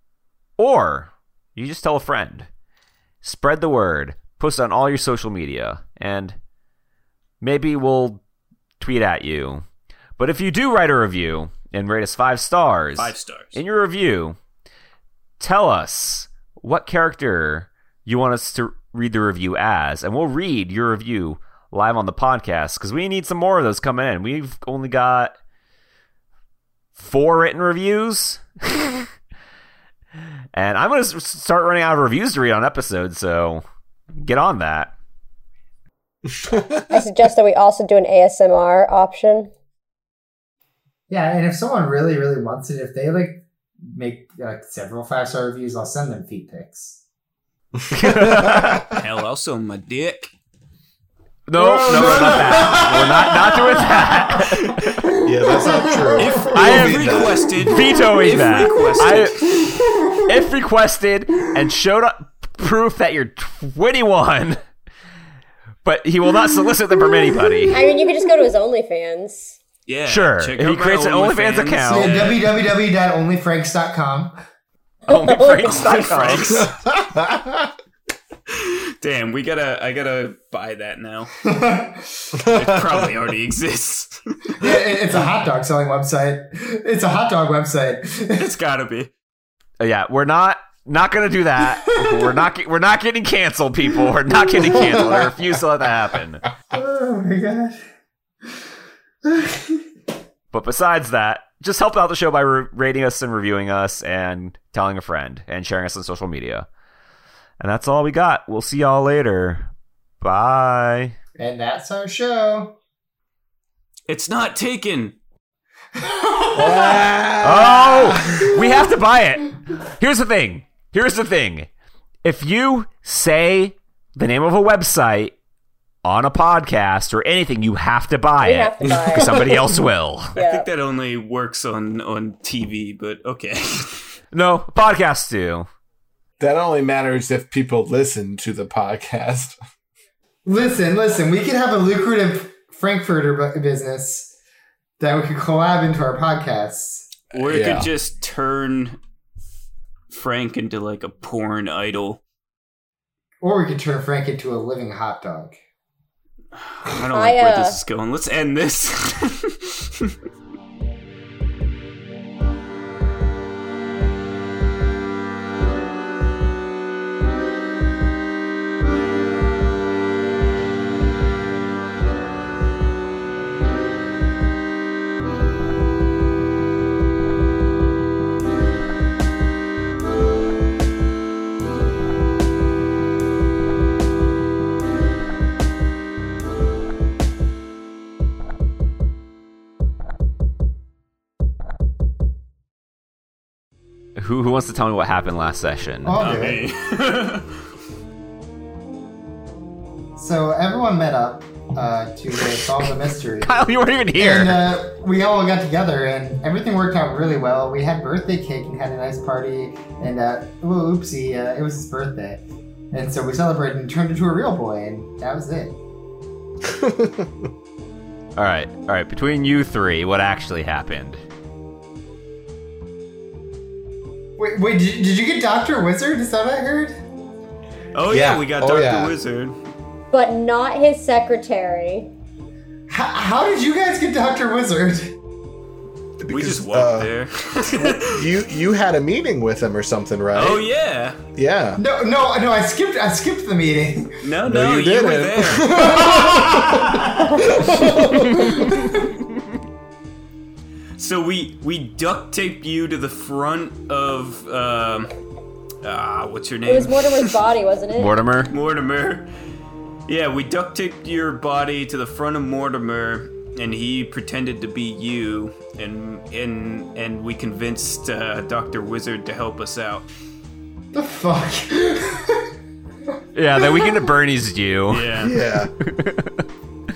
Speaker 6: Or you just tell a friend. Spread the word. Post on all your social media. And maybe we'll tweet at you. But if you do write a review and rate us five stars,
Speaker 3: Five stars.
Speaker 6: in your review, tell us what character you want us to read the review as, and we'll read your review live on the podcast because we need some more of those coming in. We've only got four written reviews. and I'm going to start running out of reviews to read on episodes, so get on that.
Speaker 4: I suggest that we also do an ASMR option.
Speaker 2: Yeah, and if someone really, really wants it, if they like make like several five star reviews, I'll send them feed pics.
Speaker 3: Hell, also my dick.
Speaker 6: No, no, no, not that. We're not, not doing that.
Speaker 5: yeah, that's not true.
Speaker 3: If
Speaker 5: We'll
Speaker 3: I
Speaker 5: be
Speaker 3: have
Speaker 5: done.
Speaker 3: requested,
Speaker 6: Vetoing
Speaker 3: if
Speaker 6: that.
Speaker 3: requested,
Speaker 6: I- if requested and showed up proof that you're 21 but he will not solicit them from anybody
Speaker 4: I mean, you could just go to his OnlyFans.
Speaker 3: yeah,
Speaker 6: Sure.
Speaker 3: check
Speaker 6: If
Speaker 3: out
Speaker 6: he
Speaker 3: my
Speaker 6: creates an OnlyFans account-
Speaker 2: So
Speaker 6: Oh.
Speaker 3: yeah.
Speaker 2: www.onlyfranks.com.
Speaker 6: only franks.com
Speaker 3: Franks. Damn, we gotta. I gotta buy that now. It probably already exists.
Speaker 2: Yeah, it- it's a hot dog selling website. It's a hot dog website.
Speaker 3: it's gotta be.
Speaker 6: yeah we're not not gonna do that we're not ge- we're not getting canceled people we're not getting canceled i refuse to let that happen
Speaker 2: oh my gosh.
Speaker 6: but besides that just help out the show by re- rating us and reviewing us and telling a friend and sharing us on social media and that's all we got we'll see y'all later bye
Speaker 2: And that's our show.
Speaker 3: It's not taken.
Speaker 6: Oh, we have to buy it. Here's the thing. Here's the thing. If you say the name of a website on a podcast or anything, you have to buy
Speaker 4: We
Speaker 6: it.
Speaker 4: have to buy it.
Speaker 6: Somebody else will.
Speaker 3: I
Speaker 4: Yeah.
Speaker 3: think that only works on on TV, but okay.
Speaker 6: No, podcasts do.
Speaker 5: That only matters if people listen to the podcast.
Speaker 2: Listen, listen, we could have a lucrative Frankfurter bu- business that we could collab into our podcast.
Speaker 3: or it
Speaker 5: Yeah.
Speaker 3: could just turn Frank into like a porn idol.
Speaker 2: Or we could turn Frank into a living hot dog.
Speaker 3: I don't like where
Speaker 4: Hiya.
Speaker 3: this is going. Let's end this.
Speaker 6: Who, who wants to tell me what happened last session?
Speaker 2: I'll
Speaker 3: Not
Speaker 2: do it.
Speaker 3: me.
Speaker 2: So everyone met up uh, to uh, solve the mystery.
Speaker 1: Kyle, you weren't even
Speaker 2: And
Speaker 1: here.
Speaker 2: uh, we all got together, and everything worked out really well. We had birthday cake and had a nice party. And uh, ooh, oopsie, uh, it was his birthday, and so we celebrated and turned into a real boy, and that was it.
Speaker 1: All right, all right. Between you three, what actually happened?
Speaker 2: Wait, wait, did, did you get Doctor Wizard? Is that what I heard?
Speaker 3: Oh yeah,
Speaker 5: Yeah.
Speaker 3: we got
Speaker 5: Oh,
Speaker 3: Doctor
Speaker 5: yeah.
Speaker 3: Wizard.
Speaker 4: but not his secretary.
Speaker 2: H- how did you guys get Doctor Wizard?
Speaker 3: we
Speaker 5: Because,
Speaker 3: just walked
Speaker 5: uh,
Speaker 3: there.
Speaker 5: You you had a meeting with him or something, right?
Speaker 3: oh yeah.
Speaker 5: yeah.
Speaker 2: No, no, no. I skipped. I skipped the meeting.
Speaker 3: No,
Speaker 5: No,
Speaker 3: no,
Speaker 5: you
Speaker 3: you, were
Speaker 5: didn't.
Speaker 3: there. so we we duct taped you to the front of um, ah, what's your name?
Speaker 4: It was Mortimer's body, wasn't it?
Speaker 1: Mortimer.
Speaker 3: Mortimer. Yeah, we duct taped your body to the front of Mortimer, and he pretended to be you, and and and we convinced uh, Doctor Wizard to help us out.
Speaker 2: The fuck.
Speaker 1: Yeah, that weekend at Bernie's you.
Speaker 3: Yeah,
Speaker 5: Yeah.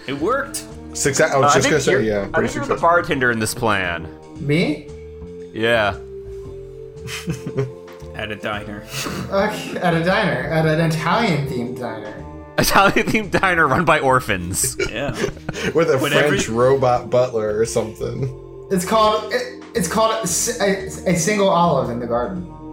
Speaker 3: it worked.
Speaker 5: Success. I was
Speaker 1: I
Speaker 5: just
Speaker 1: think
Speaker 5: gonna
Speaker 1: you're-
Speaker 5: say
Speaker 1: I
Speaker 5: yeah.
Speaker 1: think
Speaker 5: Pretty
Speaker 1: you're the
Speaker 5: successful.
Speaker 1: bartender in this plan.
Speaker 2: Me?
Speaker 1: Yeah.
Speaker 3: At a diner.
Speaker 2: Okay, at a diner, at an Italian-themed diner.
Speaker 1: Italian themed diner run by orphans.
Speaker 3: Yeah.
Speaker 5: with a
Speaker 3: when
Speaker 5: French
Speaker 3: every-
Speaker 5: robot butler or something.
Speaker 2: It's called. It, it's called a, s- a- a single olive in the garden.